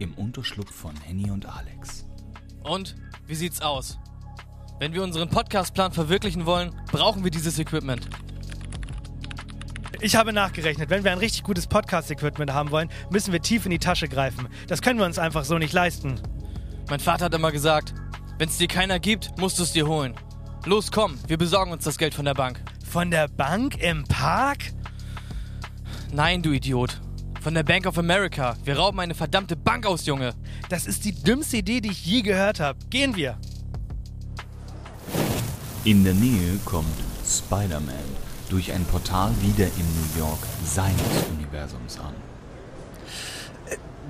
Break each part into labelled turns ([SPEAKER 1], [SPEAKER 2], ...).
[SPEAKER 1] Im Unterschlupf von Henny und Alex.
[SPEAKER 2] Und wie sieht's aus? Wenn wir unseren Podcastplan verwirklichen wollen, brauchen wir dieses Equipment.
[SPEAKER 3] Ich habe nachgerechnet, wenn wir ein richtig gutes Podcast-Equipment haben wollen, müssen wir tief in die Tasche greifen. Das können wir uns einfach so nicht leisten.
[SPEAKER 2] Mein Vater hat immer gesagt, wenn's dir keiner gibt, musst du's dir holen. Los, komm, wir besorgen uns das Geld von der Bank.
[SPEAKER 3] Von der Bank im Park?
[SPEAKER 2] Nein, du Idiot. Von der Bank of America. Wir rauben eine verdammte Bank aus, Junge.
[SPEAKER 3] Das ist die dümmste Idee, die ich je gehört habe. Gehen wir.
[SPEAKER 1] In der Nähe kommt Spider-Man durch ein Portal wieder in New York seines Universums an.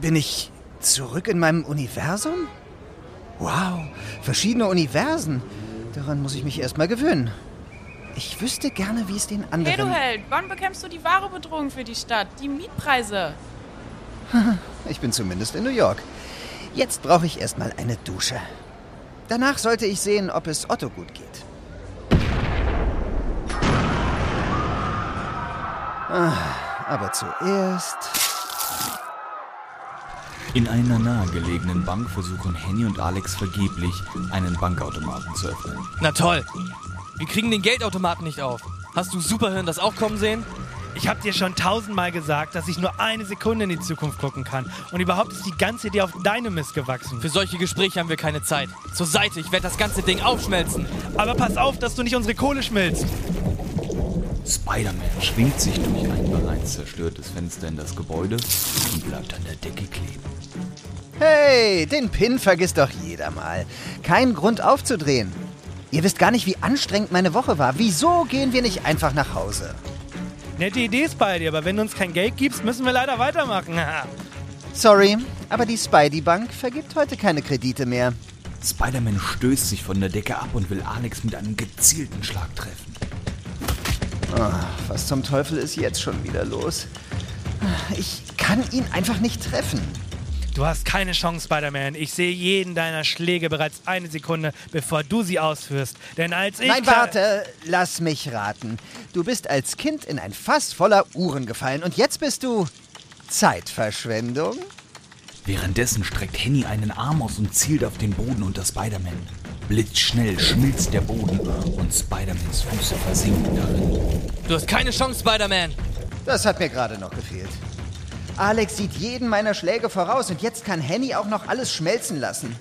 [SPEAKER 4] Bin ich zurück in meinem Universum? Wow, verschiedene Universen. Daran muss ich mich erstmal gewöhnen. Ich wüsste gerne, wie es den
[SPEAKER 5] Hey du
[SPEAKER 4] anderen...
[SPEAKER 5] Held, wann bekämpfst du die wahre Bedrohung für die Stadt? Die Mietpreise.
[SPEAKER 4] Ich bin zumindest in New York. Jetzt brauche ich erstmal eine Dusche. Danach sollte ich sehen, ob es Otto gut geht. Ah, aber zuerst...
[SPEAKER 1] In einer nahegelegenen Bank versuchen Henny und Alex vergeblich, einen Bankautomaten zu öffnen.
[SPEAKER 2] Na toll. Wir kriegen den Geldautomaten nicht auf. Hast du Superhirn das auch kommen sehen?
[SPEAKER 3] Ich habe dir schon tausendmal gesagt, dass ich nur eine Sekunde in die Zukunft gucken kann. Und überhaupt ist die ganze Idee auf deine Mist gewachsen.
[SPEAKER 2] Für solche Gespräche haben wir keine Zeit. Zur Seite, ich werde das ganze Ding aufschmelzen.
[SPEAKER 3] Aber pass auf, dass du nicht unsere Kohle schmilzt.
[SPEAKER 1] Spider-Man schwingt sich durch ein bereits zerstörtes Fenster in das Gebäude und bleibt an der Decke kleben.
[SPEAKER 4] Hey, den Pin vergisst doch jeder mal. Kein Grund aufzudrehen. Ihr wisst gar nicht, wie anstrengend meine Woche war. Wieso gehen wir nicht einfach nach Hause?
[SPEAKER 3] Nette Idee ist bei dir, aber wenn du uns kein Geld gibst, müssen wir leider weitermachen.
[SPEAKER 4] Sorry, aber die Spidey Bank vergibt heute keine Kredite mehr.
[SPEAKER 1] Spider-Man stößt sich von der Decke ab und will Alex mit einem gezielten Schlag treffen.
[SPEAKER 4] Was zum Teufel ist jetzt schon wieder los? Ich kann ihn einfach nicht treffen.
[SPEAKER 3] Du hast keine Chance, Spider-Man. Ich sehe jeden deiner Schläge bereits eine Sekunde, bevor du sie ausführst. Denn als ich...
[SPEAKER 4] Nein, warte, lass mich raten. Du bist als Kind in ein Fass voller Uhren gefallen und jetzt bist du Zeitverschwendung?
[SPEAKER 1] Währenddessen streckt Henny einen Arm aus und zielt auf den Boden unter Spider-Man. Blitzschnell schmilzt der Boden und Spider-Mans Füße versinken darin.
[SPEAKER 2] Du hast keine Chance, Spider-Man.
[SPEAKER 4] Das hat mir gerade noch gefehlt. Alex sieht jeden meiner Schläge voraus und jetzt kann Henny auch noch alles schmelzen lassen.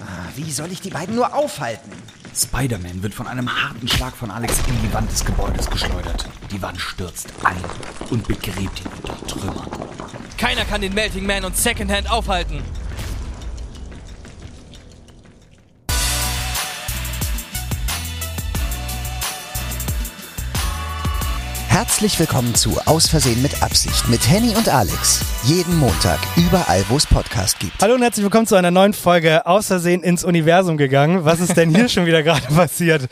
[SPEAKER 4] Ah, Wie soll ich die beiden nur aufhalten?
[SPEAKER 1] Spider-Man wird von einem harten Schlag von Alex in die Wand des Gebäudes geschleudert. Die Wand stürzt ein und begräbt ihn unter Trümmern.
[SPEAKER 2] Keiner kann den Melting Man und Secondhand aufhalten.
[SPEAKER 4] Herzlich willkommen zu Aus Versehen mit Absicht mit Henny und Alex. Jeden Montag, überall, wo es Podcast gibt.
[SPEAKER 3] Hallo und herzlich willkommen zu einer neuen Folge Außersehen ins Universum gegangen. Was ist denn hier schon wieder gerade passiert?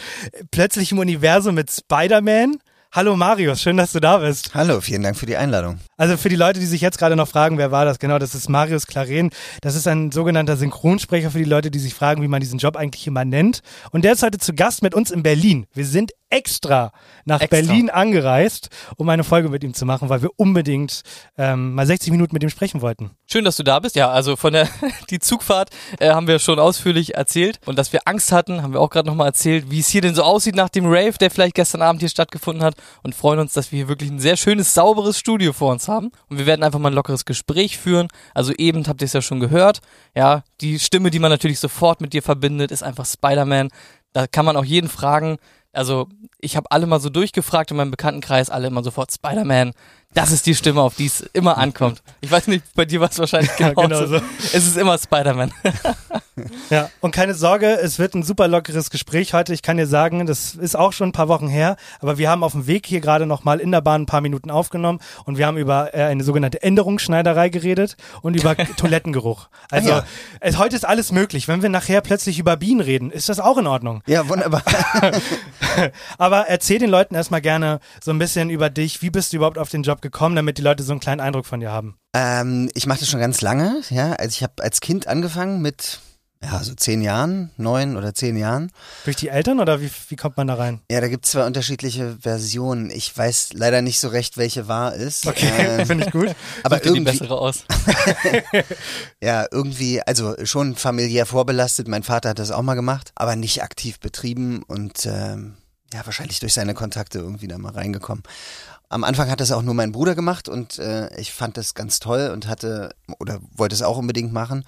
[SPEAKER 3] Plötzlich im Universum mit Spider-Man? Hallo Marius, schön, dass du da bist.
[SPEAKER 4] Hallo, vielen Dank für die Einladung.
[SPEAKER 3] Also für die Leute, die sich jetzt gerade noch fragen, wer war das? Genau, das ist Marius Claren. Das ist ein sogenannter Synchronsprecher für die Leute, die sich fragen, wie man diesen Job eigentlich immer nennt. Und der ist heute zu Gast mit uns in Berlin. Wir sind extra nach
[SPEAKER 2] Extra.
[SPEAKER 3] Berlin angereist, um eine Folge mit ihm zu machen, weil wir unbedingt ähm, mal 60 Minuten mit ihm sprechen wollten.
[SPEAKER 2] Schön, dass du da bist. Ja, also von der die Zugfahrt äh, haben wir schon ausführlich erzählt und dass wir Angst hatten, haben wir auch gerade nochmal erzählt, wie es hier denn so aussieht nach dem Rave, der vielleicht gestern Abend hier stattgefunden hat und freuen uns, dass wir hier wirklich ein sehr schönes, sauberes Studio vor uns haben und wir werden einfach mal ein lockeres Gespräch führen. Also eben habt ihr es ja schon gehört. Ja, die Stimme, die man natürlich sofort mit dir verbindet, ist einfach Spider-Man. Da kann man auch jeden fragen. Also ich habe alle mal so durchgefragt in meinem Bekanntenkreis, alle immer sofort Spider-Man. Das ist die Stimme, auf die es immer ankommt. Ich weiß nicht, bei dir war es wahrscheinlich genauso.
[SPEAKER 3] genau so.
[SPEAKER 2] Es ist immer Spider-Man.
[SPEAKER 3] Ja, und keine Sorge, es wird ein super lockeres Gespräch heute. Ich kann dir sagen, das ist auch schon ein paar Wochen her, aber wir haben auf dem Weg hier gerade nochmal in der Bahn ein paar Minuten aufgenommen und wir haben über äh, eine sogenannte Änderungsschneiderei geredet und über Toilettengeruch. Also
[SPEAKER 4] Ah, ja.
[SPEAKER 3] es, heute ist alles möglich. Wenn wir nachher plötzlich über Bienen reden, ist das auch in Ordnung.
[SPEAKER 4] Ja, wunderbar.
[SPEAKER 3] Aber erzähl den Leuten erstmal gerne so ein bisschen über dich. Wie bist du überhaupt auf den Job gekommen, damit die Leute so einen kleinen Eindruck von dir haben?
[SPEAKER 4] Ähm, ich mache das schon ganz lange, ja. Also ich habe als Kind angefangen mit ja, so zehn Jahren, neun oder zehn Jahren.
[SPEAKER 3] Durch die Eltern oder wie, wie kommt man da rein?
[SPEAKER 4] Ja, da gibt es zwei unterschiedliche Versionen. Ich weiß leider nicht so recht, welche wahr ist.
[SPEAKER 3] Okay,
[SPEAKER 4] Ähm,
[SPEAKER 3] finde ich gut.
[SPEAKER 4] aber
[SPEAKER 2] dir die
[SPEAKER 4] irgendwie,
[SPEAKER 2] bessere aus.
[SPEAKER 4] ja, irgendwie, also schon familiär vorbelastet. Mein Vater hat das auch mal gemacht, aber nicht aktiv betrieben und ähm, ja, wahrscheinlich durch seine Kontakte irgendwie da mal reingekommen. Am Anfang hat das auch nur mein Bruder gemacht und äh, ich fand das ganz toll und hatte oder wollte es auch unbedingt machen,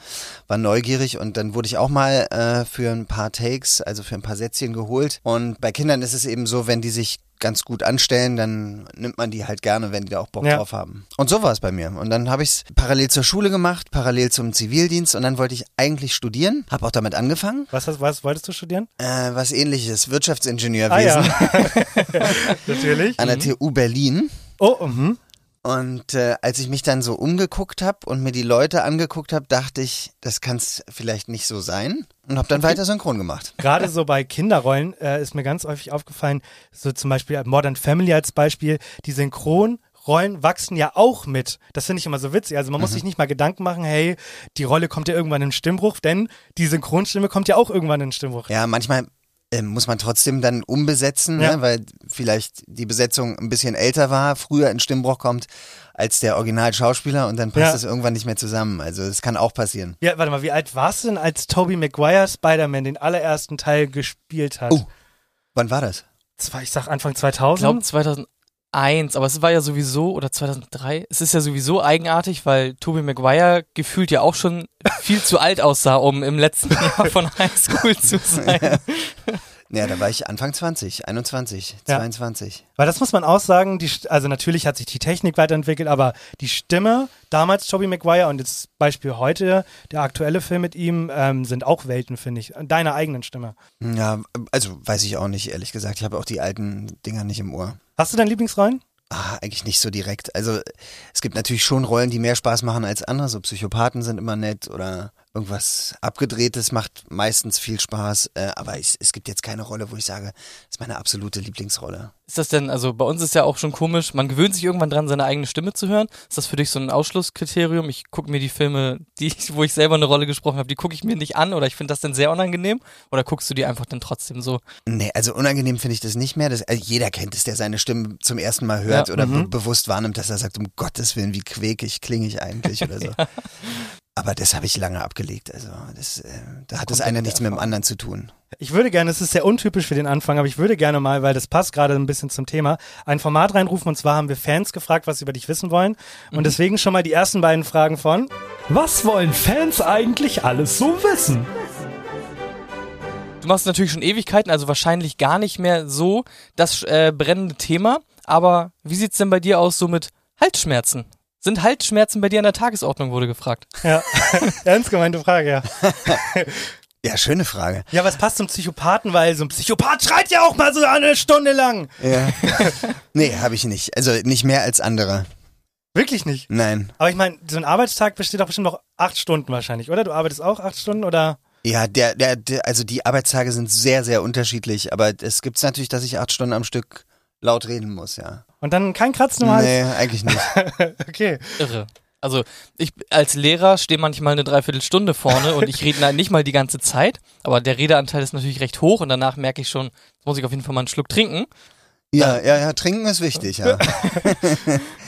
[SPEAKER 4] war neugierig und dann wurde ich auch mal äh, für ein paar Takes, also für ein paar Sätzchen geholt. Und bei Kindern ist es eben so, wenn die sich ganz gut anstellen, dann nimmt man die halt gerne, wenn die da auch Bock
[SPEAKER 3] Ja.
[SPEAKER 4] drauf haben. Und so war es bei mir. Und dann habe ich es parallel zur Schule gemacht, parallel zum Zivildienst und dann wollte ich eigentlich studieren, habe auch damit angefangen,
[SPEAKER 3] Was, hast- was wolltest du studieren?
[SPEAKER 4] äh, was ähnliches, Wirtschaftsingenieurwesen
[SPEAKER 3] Ah ja. Mhm. Natürlich.
[SPEAKER 4] an der TU Berlin.
[SPEAKER 3] Oh, mhm.
[SPEAKER 4] Und äh, als ich mich dann so umgeguckt habe und mir die Leute angeguckt habe, dachte ich, das kann es vielleicht nicht so sein und habe dann weiter synchron gemacht.
[SPEAKER 3] Gerade so bei Kinderrollen äh, ist mir ganz häufig aufgefallen, so zum Beispiel Modern Family als Beispiel, die Synchronrollen wachsen ja auch mit. Das finde ich immer so witzig. Also man
[SPEAKER 4] Mhm.
[SPEAKER 3] muss sich nicht mal Gedanken machen, hey, die Rolle kommt ja irgendwann in den Stimmbruch, denn die Synchronstimme kommt ja auch irgendwann in den Stimmbruch.
[SPEAKER 4] Ja, manchmal ähm, muss man trotzdem dann umbesetzen,
[SPEAKER 3] Ja.
[SPEAKER 4] ne, weil vielleicht die Besetzung ein bisschen älter war, früher in Stimmbruch kommt als der Originalschauspieler und dann passt
[SPEAKER 3] Ja.
[SPEAKER 4] es irgendwann nicht mehr zusammen. Also es kann auch passieren.
[SPEAKER 3] Ja, warte mal, wie alt warst du denn, als Tobey Maguire Spider-Man den allerersten Teil gespielt hat?
[SPEAKER 4] Oh. Wann war das?
[SPEAKER 3] Zwei, ich sag Anfang
[SPEAKER 2] Ich glaube
[SPEAKER 3] 2000?
[SPEAKER 2] 2001, aber es war ja sowieso, oder 2003, es ist ja sowieso eigenartig, weil Tobey Maguire gefühlt ja auch schon viel zu alt aussah, um im letzten Jahr von Highschool zu sein.
[SPEAKER 4] Ja, da war ich Anfang 20, 21,
[SPEAKER 3] Ja.
[SPEAKER 4] 22.
[SPEAKER 3] Weil das muss man auch sagen, die, St- also natürlich hat sich die Technik weiterentwickelt, aber die Stimme, damals Tobey Maguire und jetzt Beispiel heute, der aktuelle Film mit ihm, ähm, sind auch Welten, finde ich. Deiner eigenen Stimme.
[SPEAKER 4] Ja, also weiß ich auch nicht, ehrlich gesagt. Ich habe auch die alten Dinger nicht im Ohr.
[SPEAKER 3] Hast du deine Lieblingsrollen?
[SPEAKER 4] Ah, eigentlich nicht so direkt. Also es gibt natürlich schon Rollen, die mehr Spaß machen als andere. So Psychopathen sind immer nett oder irgendwas Abgedrehtes macht meistens viel Spaß. Äh, aber ich, es gibt jetzt keine Rolle, wo ich sage, das ist meine absolute Lieblingsrolle.
[SPEAKER 2] Ist das denn, also bei uns ist ja auch schon komisch, man gewöhnt sich irgendwann dran, seine eigene Stimme zu hören. Ist das für dich so ein Ausschlusskriterium? Ich gucke mir die Filme, die, ich- wo ich selber eine Rolle gesprochen habe, die gucke ich mir nicht an oder ich finde das dann sehr unangenehm oder guckst du die einfach dann trotzdem so?
[SPEAKER 4] Nee, also unangenehm finde ich das nicht mehr. Das, also jeder kennt es, der seine Stimme zum ersten Mal hört
[SPEAKER 2] Ja,
[SPEAKER 4] oder be bewusst wahrnimmt, dass er sagt, um Gottes Willen, wie quäkig klinge ich eigentlich oder so. Aber das habe ich lange abgelegt. Also das, äh, da hat das eine nichts mit dem anderen zu tun.
[SPEAKER 3] Ich würde gerne, es ist sehr untypisch für den Anfang, aber ich würde gerne mal, weil das passt gerade ein bisschen zum Thema, ein Format reinrufen und zwar haben wir Fans gefragt, was sie über dich wissen wollen. Und deswegen schon mal die ersten beiden Fragen von.
[SPEAKER 6] Was wollen Fans eigentlich alles so wissen?
[SPEAKER 2] Du machst natürlich schon Ewigkeiten, also wahrscheinlich gar nicht mehr so das äh, brennende Thema. Aber wie sieht's denn bei dir aus so mit Halsschmerzen? Sind Halsschmerzen bei dir an der Tagesordnung, wurde gefragt.
[SPEAKER 3] Ja, ernst gemeinte Frage, ja.
[SPEAKER 4] Ja, schöne Frage.
[SPEAKER 3] Ja, was passt zum Psychopathen, weil so ein Psychopath schreit ja auch mal so eine Stunde lang.
[SPEAKER 4] Ja. nee, habe ich nicht. Also nicht mehr als andere.
[SPEAKER 3] Wirklich nicht.
[SPEAKER 4] Nein.
[SPEAKER 3] Aber ich meine, so ein Arbeitstag besteht doch bestimmt noch acht Stunden wahrscheinlich, oder? Du arbeitest auch acht Stunden oder?
[SPEAKER 4] Ja, der, der, der, also die Arbeitstage sind sehr, sehr unterschiedlich, aber es gibt's natürlich, dass ich acht Stunden am Stück laut reden muss, ja.
[SPEAKER 3] Und dann kein Kratzen im Hals?
[SPEAKER 4] Nee, eigentlich nicht.
[SPEAKER 3] Okay.
[SPEAKER 2] Irre. Also ich als Lehrer stehe manchmal eine Dreiviertelstunde vorne und ich rede nicht mal die ganze Zeit, aber der Redeanteil ist natürlich recht hoch und danach merke ich schon, jetzt muss ich auf jeden Fall mal einen Schluck trinken.
[SPEAKER 4] Ja, ja, ja, trinken ist wichtig, ja.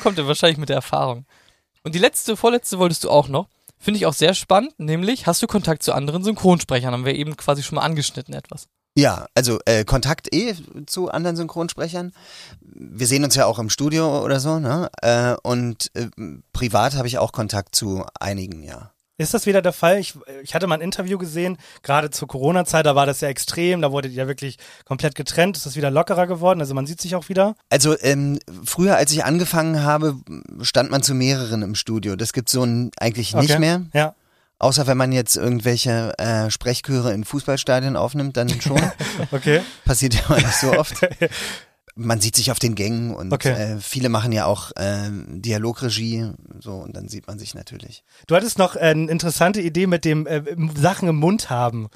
[SPEAKER 2] Kommt ja wahrscheinlich mit der Erfahrung. Und die letzte, vorletzte wolltest du auch noch. Finde ich auch sehr spannend, nämlich hast du Kontakt zu anderen Synchronsprechern, haben wir eben quasi schon mal angeschnitten etwas.
[SPEAKER 4] Ja, also äh, Kontakt eh zu anderen Synchronsprechern. Wir sehen uns ja auch im Studio oder so, ne? Äh, und äh, privat habe ich auch Kontakt zu einigen, ja.
[SPEAKER 3] Ist das wieder der Fall? Ich, ich hatte mal ein Interview gesehen, gerade zur Corona-Zeit, da war das ja extrem, da wurde ja wirklich komplett getrennt, ist das wieder lockerer geworden, also man sieht sich auch wieder.
[SPEAKER 4] Also ähm, früher, als ich angefangen habe, stand man zu mehreren im Studio. Das gibt's so n- eigentlich nicht
[SPEAKER 3] Okay.
[SPEAKER 4] mehr.
[SPEAKER 3] Ja.
[SPEAKER 4] Außer wenn man jetzt irgendwelche äh, Sprechchöre in Fußballstadien aufnimmt, dann schon.
[SPEAKER 3] Okay.
[SPEAKER 4] Passiert ja mal nicht so oft. Man sieht sich auf den Gängen und
[SPEAKER 3] Okay.
[SPEAKER 4] äh, viele machen ja auch äh, Dialogregie so und dann sieht man sich natürlich.
[SPEAKER 3] Du hattest noch äh, eine interessante Idee mit dem äh, Sachen im Mund haben.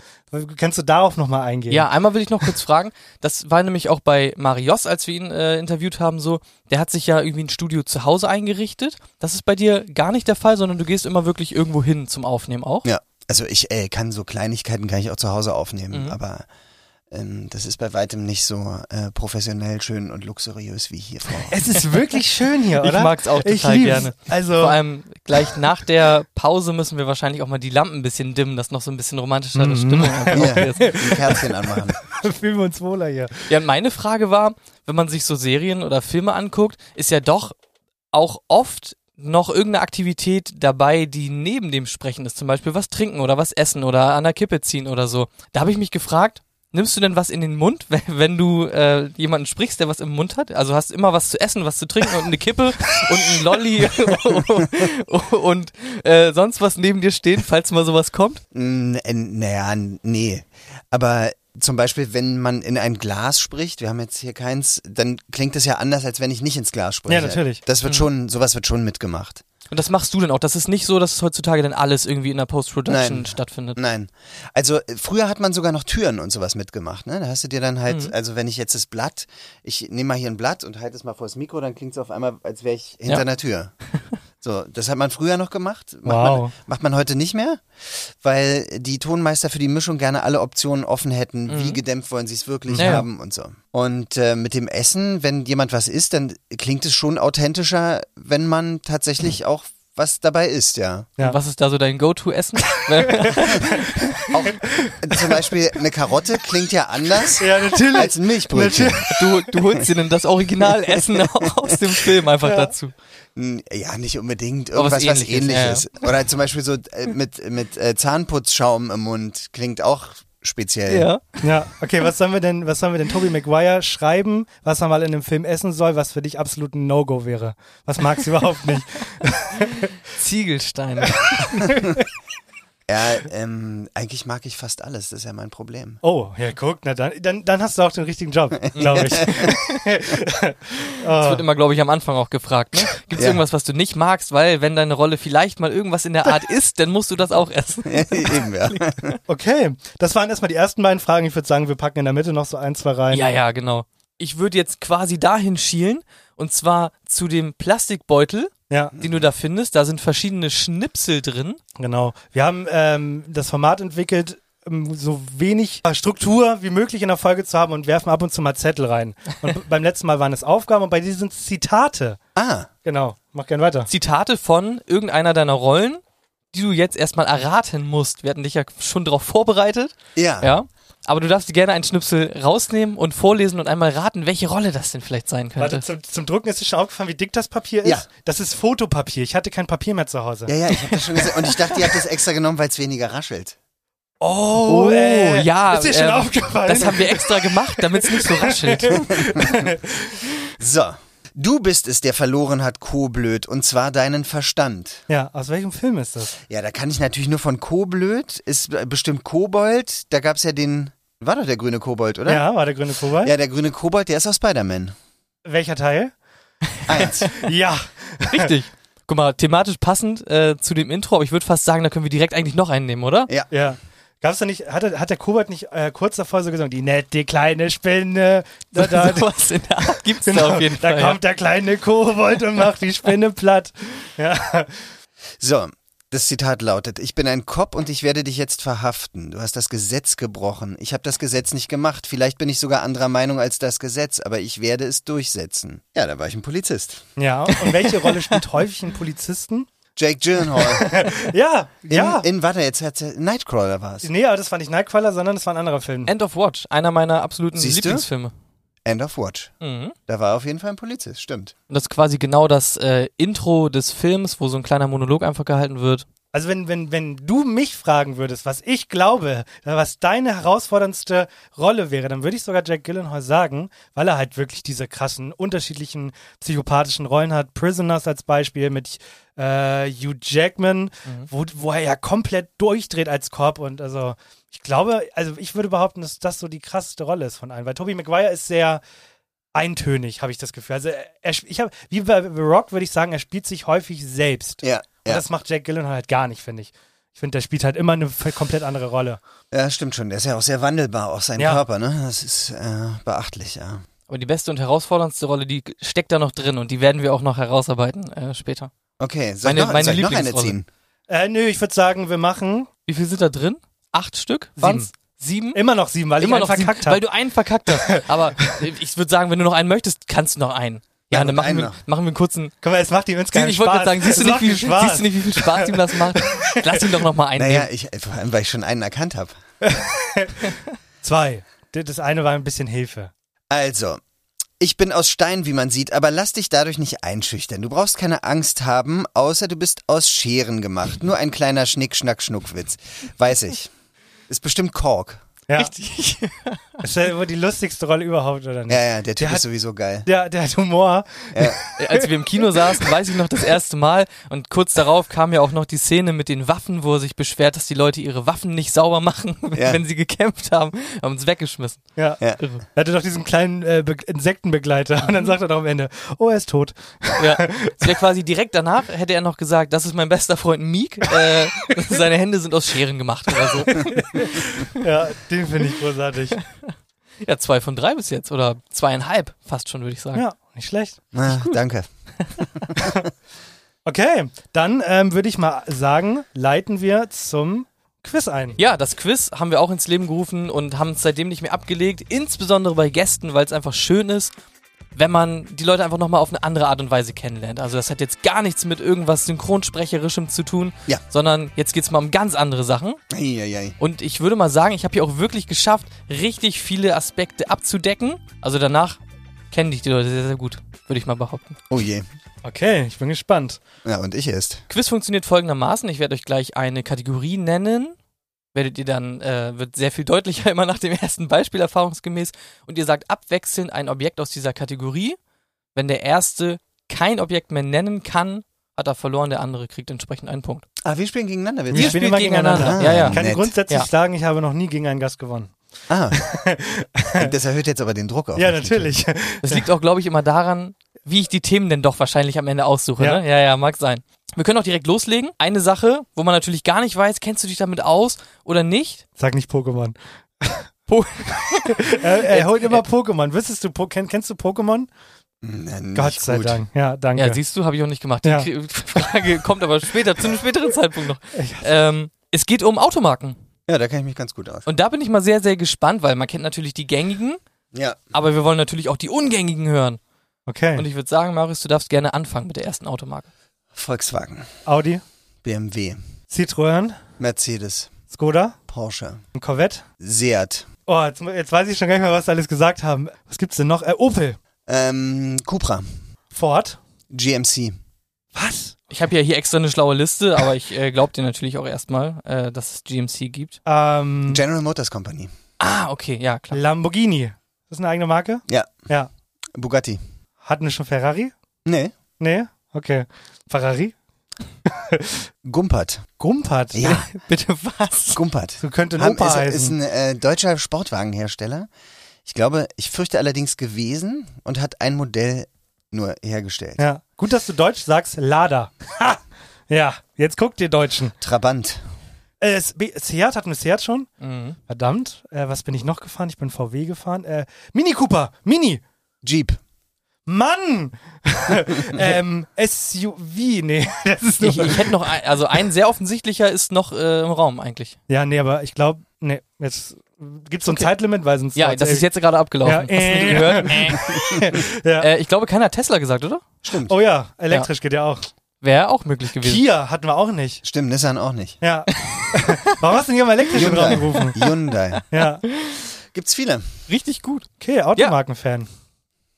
[SPEAKER 3] Kannst du darauf nochmal eingehen?
[SPEAKER 2] Ja, einmal will ich noch kurz fragen. Das war nämlich auch bei Marios, als wir ihn äh, interviewt haben, so. Der hat sich ja irgendwie ein Studio zu Hause eingerichtet. Das ist bei dir gar nicht der Fall, sondern du gehst immer wirklich irgendwo hin zum Aufnehmen auch.
[SPEAKER 4] Ja, also ich äh, kann so Kleinigkeiten kann ich auch zu Hause aufnehmen,
[SPEAKER 2] Mhm.
[SPEAKER 4] aber ähm, das ist bei weitem nicht so äh, professionell schön und luxuriös wie hier vor.
[SPEAKER 3] Es ist wirklich schön hier,
[SPEAKER 2] Ich
[SPEAKER 3] oder?
[SPEAKER 2] mag's auch
[SPEAKER 3] Ich
[SPEAKER 2] total
[SPEAKER 3] lieb's.
[SPEAKER 2] gerne.
[SPEAKER 3] Also,
[SPEAKER 2] Vor allem gleich nach der Pause müssen wir wahrscheinlich auch mal die Lampen ein bisschen dimmen, dass noch so ein bisschen romantischere Stimmung einfach
[SPEAKER 4] Hier,
[SPEAKER 2] aufgeht.
[SPEAKER 4] ein Kerzchen anmachen.
[SPEAKER 3] fühlen wir uns wohler hier.
[SPEAKER 2] Ja, und meine Frage war, wenn man sich so Serien oder Filme anguckt, ist ja doch auch oft noch irgendeine Aktivität dabei, die neben dem Sprechen ist. Zum Beispiel was trinken oder was essen oder an der Kippe ziehen oder so. Da habe ich mich gefragt, nimmst du denn was in den Mund, wenn- wenn du äh, jemanden sprichst, der was im Mund hat? Also hast immer was zu essen, was zu trinken und eine Kippe und ein Lolli und äh, sonst was neben dir stehen, falls mal sowas kommt?
[SPEAKER 4] Mm, äh, Naja, n- nee. Aber zum Beispiel, wenn man in ein Glas spricht, wir haben jetzt hier keins, dann klingt das ja anders, als wenn ich nicht ins Glas spreche.
[SPEAKER 3] Ja, natürlich. Mhm.
[SPEAKER 4] Das wird schon, sowas wird schon mitgemacht.
[SPEAKER 2] Und das machst du denn auch? Das ist nicht so, dass es heutzutage dann alles irgendwie in der Post-Production
[SPEAKER 4] Nein.
[SPEAKER 2] stattfindet.
[SPEAKER 4] Nein. Also äh, früher hat man sogar noch Türen und sowas mitgemacht, ne? Da hast du dir dann
[SPEAKER 2] Mhm.
[SPEAKER 4] halt, also wenn ich jetzt das Blatt, ich nehme mal hier ein Blatt und halte es mal vor das Mikro, dann klingt es auf einmal, als wäre ich hinter
[SPEAKER 2] Ja.
[SPEAKER 4] einer Tür. So, das hat man früher noch gemacht. Macht, man,
[SPEAKER 3] Wow.
[SPEAKER 4] macht man heute nicht mehr, weil die Tonmeister für die Mischung gerne alle Optionen offen hätten, wie gedämpft wollen sie es wirklich
[SPEAKER 2] Mhm. Ja.
[SPEAKER 4] haben und so. Und äh, mit dem Essen, wenn jemand was isst, dann klingt es schon authentischer, wenn man tatsächlich
[SPEAKER 2] Mhm.
[SPEAKER 4] auch was dabei isst, ja.
[SPEAKER 3] Ja.
[SPEAKER 2] Und was ist da so dein Go-To-Essen?
[SPEAKER 4] Äh, Zum Beispiel eine Karotte klingt ja anders
[SPEAKER 3] Ja, natürlich.
[SPEAKER 4] als ein Milchbrötchen.
[SPEAKER 2] du, du holst dir denn das Originalessen auch aus dem Film einfach dazu.
[SPEAKER 4] N- Ja, nicht unbedingt.
[SPEAKER 2] Aber was
[SPEAKER 4] Irgendwas, was
[SPEAKER 2] Ähnliches,
[SPEAKER 4] ähnliches. Oder zum Beispiel so äh, mit, mit äh, Zahnputzschaum im Mund klingt auch speziell.
[SPEAKER 2] Ja.
[SPEAKER 3] Ja, okay, was sollen wir denn, was sollen wir denn Toby Maguire schreiben, was er mal in einem Film essen soll, was für dich absolut ein No-Go wäre? Was magst du überhaupt nicht?
[SPEAKER 2] Ziegelsteine.
[SPEAKER 4] Ja, ähm, eigentlich mag ich fast alles, das ist ja mein Problem.
[SPEAKER 3] Oh, ja, guck, na dann, dann, dann hast du auch den richtigen Job, glaube ich.
[SPEAKER 2] Das wird immer, glaube ich, am Anfang auch gefragt. Ne? Gibt es
[SPEAKER 4] Ja.
[SPEAKER 2] irgendwas, was du nicht magst? Weil wenn deine Rolle vielleicht mal irgendwas in der Art ist, dann musst du das auch essen.
[SPEAKER 4] Eben, ja.
[SPEAKER 3] Okay, das waren erstmal die ersten beiden Fragen. Ich würde sagen, wir packen in der Mitte noch so ein, zwei rein.
[SPEAKER 2] Ja, ja, genau. Ich würde jetzt quasi dahin schielen und zwar zu dem Plastikbeutel,
[SPEAKER 3] ja.
[SPEAKER 2] den du da findest. Da sind verschiedene Schnipsel drin.
[SPEAKER 3] Genau. Wir haben ähm, das Format entwickelt, ähm, so wenig Struktur wie möglich in der Folge zu haben und werfen ab und zu mal Zettel rein. Und b- beim letzten Mal waren es Aufgaben und bei dir sind es Zitate.
[SPEAKER 4] Ah,
[SPEAKER 3] Genau. Mach gern weiter.
[SPEAKER 2] Zitate von irgendeiner deiner Rollen, die du jetzt erstmal erraten musst. Wir hatten dich ja schon darauf vorbereitet.
[SPEAKER 4] ja.
[SPEAKER 2] Ja. Aber du darfst dir gerne einen Schnipsel rausnehmen und vorlesen und einmal raten, welche Rolle das denn vielleicht sein könnte.
[SPEAKER 3] Warte, zum, zum Drucken ist dir schon aufgefallen, wie dick das Papier ist?
[SPEAKER 4] Ja.
[SPEAKER 3] Das ist Fotopapier. Ich hatte kein Papier mehr zu Hause.
[SPEAKER 4] Ja, ja, ich habe das schon gesehen. Und ich dachte, ihr habt das extra genommen, weil es weniger raschelt.
[SPEAKER 2] Oh,
[SPEAKER 3] äh,
[SPEAKER 2] ja.
[SPEAKER 3] ist dir schon
[SPEAKER 2] ähm,
[SPEAKER 3] aufgefallen?
[SPEAKER 2] Das haben wir extra gemacht, damit es nicht so raschelt.
[SPEAKER 4] So. Du bist es, der verloren hat, Koblöd, und zwar deinen Verstand.
[SPEAKER 3] Ja, aus welchem Film ist das?
[SPEAKER 4] Ja, da kann ich natürlich nur von Koblöd, ist äh, bestimmt Kobold, da gab's ja den, war doch der grüne Kobold, oder?
[SPEAKER 3] Ja, war der grüne Kobalt.
[SPEAKER 4] Ne? Ja, der grüne Kobold, der ist aus Spider-Man. Ah,
[SPEAKER 3] Welcher Teil?
[SPEAKER 4] Eins.
[SPEAKER 3] Ja.
[SPEAKER 2] Richtig. Guck mal, thematisch passend äh, zu dem Intro, aber ich würde fast sagen, da können wir direkt eigentlich noch einen nehmen, oder?
[SPEAKER 4] Ja.
[SPEAKER 3] Ja. Gab's da nicht, hat, er- hat der Kobalt nicht äh, kurz davor so gesungen, die nette kleine Spinne, da, da,
[SPEAKER 2] Sowas in der Art gibt's
[SPEAKER 3] Genau,
[SPEAKER 2] da auf jeden
[SPEAKER 3] da
[SPEAKER 2] Fall.
[SPEAKER 3] kommt der kleine Kobold und macht die Spinne platt. Ja.
[SPEAKER 4] So, das Zitat lautet, ich bin ein Cop und ich werde dich jetzt verhaften. Du hast das Gesetz gebrochen. Ich habe das Gesetz nicht gemacht. Vielleicht bin ich sogar anderer Meinung als das Gesetz, aber ich werde es durchsetzen. Ja, da war ich ein Polizist.
[SPEAKER 3] ja, und welche Rolle spielt häufig ein Polizisten?
[SPEAKER 4] Jake Gyllenhaal.
[SPEAKER 3] Ja,
[SPEAKER 4] In,
[SPEAKER 3] ja.
[SPEAKER 4] in warte, jetzt hat's ja- Nightcrawler war's.
[SPEAKER 3] nee, aber das war nicht Nightcrawler, sondern das war ein anderer Film.
[SPEAKER 2] End of Watch, einer meiner absoluten
[SPEAKER 4] Siehste?
[SPEAKER 2] Lieblingsfilme.
[SPEAKER 4] End of Watch.
[SPEAKER 3] Mhm.
[SPEAKER 4] Da war er auf jeden Fall ein Polizist, stimmt.
[SPEAKER 2] Und das ist quasi genau das äh, Intro des Films, wo so ein kleiner Monolog einfach gehalten wird.
[SPEAKER 3] Also wenn, wenn, wenn du mich fragen würdest, was ich glaube, was deine herausforderndste Rolle wäre, dann würde ich sogar Jack Gyllenhaal sagen, weil er halt wirklich diese krassen, unterschiedlichen psychopathischen Rollen hat. Prisoners als Beispiel mit äh, Hugh Jackman, wo, wo er ja komplett durchdreht als Cop und also ich glaube, also ich würde behaupten, dass das so die krasseste Rolle ist von allen, weil Tobey Maguire ist sehr eintönig, habe ich das Gefühl. Also er, sp- ich habe, wie bei The Rock würde ich sagen, er spielt sich häufig selbst.
[SPEAKER 4] Ja,
[SPEAKER 3] Und
[SPEAKER 4] ja.
[SPEAKER 3] das macht Jack Gyllenhaal halt gar nicht, finde ich. Ich finde, der spielt halt immer eine v- komplett andere Rolle.
[SPEAKER 4] ja, stimmt schon. Der ist ja auch sehr wandelbar, auch sein
[SPEAKER 3] Ja.
[SPEAKER 4] Körper, ne? Das ist äh, beachtlich, ja.
[SPEAKER 2] Aber die beste und herausforderndste Rolle, die steckt da noch drin und die werden wir auch noch herausarbeiten äh, später.
[SPEAKER 4] Okay, soll ich
[SPEAKER 2] Meine-
[SPEAKER 4] noch,
[SPEAKER 2] meine
[SPEAKER 4] soll ich noch eine
[SPEAKER 2] Lieblingsrolle.
[SPEAKER 4] ziehen?
[SPEAKER 3] Äh, nö, ich würde sagen, wir machen
[SPEAKER 2] Wie viel sind da drin? Acht Stück? Waren's? Sieben?
[SPEAKER 3] immer noch sieben, weil
[SPEAKER 2] Immer
[SPEAKER 3] ich
[SPEAKER 2] noch
[SPEAKER 3] noch verkackt
[SPEAKER 2] sieben, weil
[SPEAKER 3] habe.
[SPEAKER 2] du einen verkackt hast. Aber äh, ich würde sagen, wenn du noch einen möchtest, kannst du noch einen. Ja,
[SPEAKER 4] Ja,
[SPEAKER 2] dann
[SPEAKER 4] noch
[SPEAKER 2] machen wir,
[SPEAKER 4] einen noch.
[SPEAKER 2] machen wir einen kurzen.
[SPEAKER 3] Guck mal, es macht ihm insgeheim
[SPEAKER 2] ich wollte
[SPEAKER 3] Spaß.
[SPEAKER 2] gerade sagen, siehst du,
[SPEAKER 3] Es
[SPEAKER 2] nicht,
[SPEAKER 3] macht
[SPEAKER 2] wie,
[SPEAKER 3] ihm Spaß.
[SPEAKER 2] siehst du nicht, wie viel Spaß ihm das macht? Lass ihn doch nochmal einnehmen.
[SPEAKER 4] Naja, ich, vor allem, weil ich schon einen erkannt habe.
[SPEAKER 3] Zwei. D- Das eine war ein bisschen Hilfe.
[SPEAKER 4] Also, ich bin aus Stein, wie man sieht, aber lass dich dadurch nicht einschüchtern. Du brauchst keine Angst haben, außer du bist aus Scheren gemacht. Nur ein kleiner Schnick-Schnack-Schnuckwitz. Weiß ich. Ist bestimmt Kork.
[SPEAKER 3] Ja.
[SPEAKER 2] Richtig.
[SPEAKER 3] Das ist ja wohl die lustigste Rolle überhaupt, oder nicht?
[SPEAKER 4] Ja, ja, der Typ
[SPEAKER 3] Der hat-
[SPEAKER 4] ist sowieso geil.
[SPEAKER 3] Der, der hat Humor.
[SPEAKER 2] Als wir im Kino saßen, weiß ich noch das erste Mal und kurz darauf kam ja auch noch die Szene mit den Waffen, wo er sich beschwert, dass die Leute ihre Waffen nicht sauber machen,
[SPEAKER 4] Ja.
[SPEAKER 2] wenn sie gekämpft haben, haben uns weggeschmissen.
[SPEAKER 3] Ja.
[SPEAKER 4] Ja.
[SPEAKER 3] Er hatte doch diesen kleinen äh, Be Insektenbegleiter und dann sagt er doch am Ende, oh, er ist tot.
[SPEAKER 2] Ja. Es wäre quasi direkt danach, hätte er noch gesagt, das ist mein bester Freund Meek, äh, seine Hände sind aus Scheren gemacht oder so.
[SPEAKER 3] Ja, den finde ich großartig.
[SPEAKER 2] Ja, zwei von drei bis jetzt oder zweieinhalb fast schon, würde ich sagen.
[SPEAKER 3] Ja, nicht schlecht.
[SPEAKER 4] Ah, danke.
[SPEAKER 3] Okay, dann ähm, würde ich mal sagen, leiten wir zum Quiz ein.
[SPEAKER 2] Ja, das Quiz haben wir auch ins Leben gerufen und haben es seitdem nicht mehr abgelegt, insbesondere bei Gästen, weil es einfach schön ist, wenn man die Leute einfach nochmal auf eine andere Art und Weise kennenlernt. Also das hat jetzt gar nichts mit irgendwas Synchronsprecherischem zu tun,
[SPEAKER 4] Ja.
[SPEAKER 2] sondern jetzt geht's mal um ganz andere Sachen.
[SPEAKER 4] Eieiei.
[SPEAKER 2] Und ich würde mal sagen, ich habe hier auch wirklich geschafft, richtig viele Aspekte abzudecken. Also danach kennen dich die Leute sehr, sehr gut, würde ich mal behaupten.
[SPEAKER 4] Oh je.
[SPEAKER 3] Okay, ich bin gespannt.
[SPEAKER 4] Ja, und ich erst.
[SPEAKER 2] Quiz funktioniert folgendermaßen. Ich werde euch gleich eine Kategorie nennen. Werdet ihr dann, äh, wird sehr viel deutlicher immer nach dem ersten Beispiel erfahrungsgemäß. Und ihr sagt abwechselnd ein Objekt aus dieser Kategorie. Wenn der erste kein Objekt mehr nennen kann, hat er verloren, der andere kriegt entsprechend einen Punkt.
[SPEAKER 4] Ah, wir spielen gegeneinander. Wir
[SPEAKER 3] Wir
[SPEAKER 4] zwei?
[SPEAKER 3] spielen immer gegeneinander.
[SPEAKER 2] Ja, ja.
[SPEAKER 3] Ich kann
[SPEAKER 4] Nett.
[SPEAKER 3] grundsätzlich
[SPEAKER 2] Ja.
[SPEAKER 3] sagen, ich habe noch nie gegen einen Gast gewonnen.
[SPEAKER 4] Ah. Das erhöht jetzt aber den Druck auf.
[SPEAKER 3] Ja,
[SPEAKER 4] mich.
[SPEAKER 3] natürlich.
[SPEAKER 2] Das liegt auch, glaube ich, immer daran, wie ich die Themen denn doch wahrscheinlich am Ende aussuche.
[SPEAKER 3] Ja.
[SPEAKER 2] Ne? ja, ja, mag sein. Wir können auch direkt loslegen. Eine Sache, wo man natürlich gar nicht weiß, kennst du dich damit aus oder nicht?
[SPEAKER 3] Sag nicht Pokémon.
[SPEAKER 2] Po-
[SPEAKER 3] er, er holt immer Pokémon. Wüsstest du, Po- kenn, kennst du Pokémon?
[SPEAKER 4] Na, Äh, nicht
[SPEAKER 3] Gott sei
[SPEAKER 4] gut.
[SPEAKER 3] Dank. Ja, danke.
[SPEAKER 2] Ja, siehst du, habe ich auch nicht gemacht. Die
[SPEAKER 3] Ja.
[SPEAKER 2] K- Frage kommt aber später, zu einem späteren Zeitpunkt noch. Ähm, es geht um Automarken.
[SPEAKER 4] Ja, da kenne ich mich ganz gut aus.
[SPEAKER 2] Und da bin ich mal sehr, sehr gespannt, weil man kennt natürlich die gängigen,
[SPEAKER 4] Ja.
[SPEAKER 2] aber wir wollen natürlich auch die ungängigen hören.
[SPEAKER 3] okay.
[SPEAKER 2] Und ich würde sagen, Marius, du darfst gerne anfangen mit der ersten Automarke.
[SPEAKER 4] Volkswagen,
[SPEAKER 3] Audi,
[SPEAKER 4] BMW,
[SPEAKER 3] Citroën,
[SPEAKER 4] Mercedes,
[SPEAKER 3] Skoda,
[SPEAKER 4] Porsche,
[SPEAKER 3] Corvette.
[SPEAKER 4] Seat,
[SPEAKER 3] Oh, jetzt, mu- jetzt weiß ich schon gar nicht mehr, was sie alles gesagt haben. Was gibt's denn noch? Äh, Opel,
[SPEAKER 4] ähm, Cupra,
[SPEAKER 3] Ford.
[SPEAKER 4] GMC,
[SPEAKER 3] Was?
[SPEAKER 2] Ich habe ja hier extra eine schlaue Liste, aber ich äh, glaube dir natürlich auch erstmal, äh, dass es GMC gibt.
[SPEAKER 3] Ähm,
[SPEAKER 4] General Motors Company,
[SPEAKER 2] Ah, okay, ja, klar.
[SPEAKER 3] Lamborghini. Ist das eine eigene Marke?
[SPEAKER 4] Ja.
[SPEAKER 3] Ja.
[SPEAKER 4] Bugatti.
[SPEAKER 3] Hatten wir schon Ferrari?
[SPEAKER 4] Nee.
[SPEAKER 3] Nee? Okay. Ferrari?
[SPEAKER 4] Gumpert.
[SPEAKER 3] Gumpert.
[SPEAKER 4] Ja,
[SPEAKER 2] Bitte was?
[SPEAKER 4] Gumpert.
[SPEAKER 3] So könnte ein
[SPEAKER 4] Ham-
[SPEAKER 3] Opa
[SPEAKER 4] ist, ist
[SPEAKER 3] heißen.
[SPEAKER 4] ein äh, deutscher Sportwagenhersteller. Ich glaube, ich fürchte allerdings gewesen und hat ein Modell nur hergestellt.
[SPEAKER 3] ja. Gut, dass du Deutsch sagst. Lada. Ha! Ja. Jetzt guckt ihr Deutschen.
[SPEAKER 4] Trabant.
[SPEAKER 3] Äh, SB Seat hatten wir Seat schon?
[SPEAKER 2] Mhm.
[SPEAKER 3] Verdammt. Äh, was bin ich noch gefahren? Ich bin VW gefahren. Äh, Mini Cooper. Mini.
[SPEAKER 4] Jeep.
[SPEAKER 3] Mann! ähm, SUV, nee, das ist
[SPEAKER 2] Ich,
[SPEAKER 3] nur.
[SPEAKER 2] ich hätte noch, ein, also ein sehr offensichtlicher ist noch äh, im Raum eigentlich.
[SPEAKER 3] Ja, nee, aber ich glaube, nee, jetzt gibt's so ein Zeitlimit, weil sonst.
[SPEAKER 2] Ja,
[SPEAKER 3] dauert's
[SPEAKER 2] das ist
[SPEAKER 3] ewig.
[SPEAKER 2] jetzt gerade abgelaufen.
[SPEAKER 3] äh, Ja,
[SPEAKER 2] Hast du nicht
[SPEAKER 3] äh.
[SPEAKER 2] gehört?
[SPEAKER 3] Ja.
[SPEAKER 2] Äh, ich glaube, keiner hat Tesla gesagt, oder?
[SPEAKER 4] Stimmt.
[SPEAKER 3] Oh ja, elektrisch geht ja auch.
[SPEAKER 2] Wäre auch möglich gewesen.
[SPEAKER 3] Kia hatten wir auch nicht.
[SPEAKER 4] Stimmt, Nissan auch nicht.
[SPEAKER 3] Ja. Warum hast du denn hier mal elektrisch im Raum
[SPEAKER 4] Hyundai.
[SPEAKER 3] gerufen?
[SPEAKER 4] Hyundai.
[SPEAKER 3] Ja.
[SPEAKER 4] Gibt's viele.
[SPEAKER 2] Richtig gut.
[SPEAKER 3] Okay, Automarkenfan.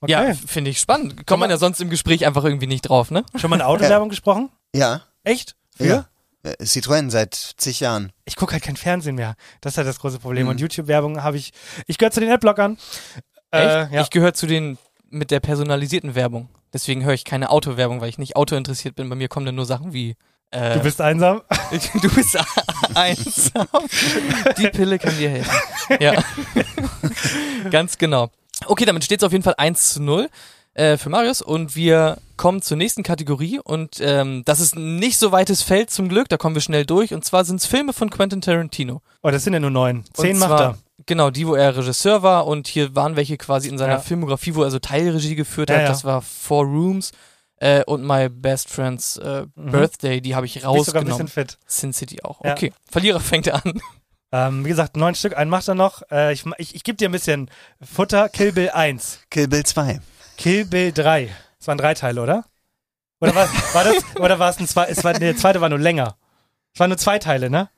[SPEAKER 3] Okay.
[SPEAKER 2] Ja, finde ich spannend. Kommt man ja sonst im Gespräch einfach irgendwie nicht drauf, ne?
[SPEAKER 3] Schon mal in Autowerbung gesprochen?
[SPEAKER 4] Ja.
[SPEAKER 3] Echt? Für?
[SPEAKER 4] Ja. äh, Citroën seit zig Jahren.
[SPEAKER 3] Ich gucke halt kein Fernsehen mehr. Das ist halt das große Problem.
[SPEAKER 2] Mhm.
[SPEAKER 3] Und YouTube-Werbung habe ich. Ich gehöre zu den Adblockern.
[SPEAKER 2] Echt?
[SPEAKER 3] Äh, ja.
[SPEAKER 2] Ich gehöre zu den mit der personalisierten Werbung. Deswegen höre ich keine Autowerbung, weil ich nicht Auto interessiert bin. Bei mir kommen dann nur Sachen wie äh,
[SPEAKER 3] du bist einsam.
[SPEAKER 2] Ich- Du bist einsam. Die Pille kann dir helfen. Ja. Ganz genau. Okay, damit steht es auf jeden Fall 1 zu 0 äh, für Marius. Und wir kommen zur nächsten Kategorie. Und ähm, das ist ein nicht so weites Feld zum Glück. Da kommen wir schnell durch. Und zwar sind es Filme von Quentin Tarantino.
[SPEAKER 3] Oh, das sind ja nur neun. Zehn
[SPEAKER 2] und
[SPEAKER 3] macht
[SPEAKER 2] zwar,
[SPEAKER 3] er.
[SPEAKER 2] Genau, die, wo er Regisseur war. Und hier waren welche quasi in seiner
[SPEAKER 3] Ja.
[SPEAKER 2] Filmografie, wo er so Teilregie geführt
[SPEAKER 3] Ja,
[SPEAKER 2] hat.
[SPEAKER 3] ja.
[SPEAKER 2] Das war Four Rooms. Äh, und My Best Friend's äh, Birthday, die habe ich
[SPEAKER 3] Mhm. Bist sogar ein
[SPEAKER 2] rausgenommen.
[SPEAKER 3] bisschen fit.
[SPEAKER 2] Sin City auch.
[SPEAKER 3] Ja.
[SPEAKER 2] Okay, Verlierer fängt an.
[SPEAKER 3] Ähm, wie gesagt, neun Stück, einen macht er noch. Äh, ich ich, ich gebe dir ein bisschen Futter. Kill Bill 1,
[SPEAKER 4] Kill Bill 2.
[SPEAKER 3] Kill Bill 3. Das waren drei Teile, oder? Oder war, war das, oder war es ein zwei, es war, nee, der zweite war nur länger. Es waren nur zwei Teile, ne?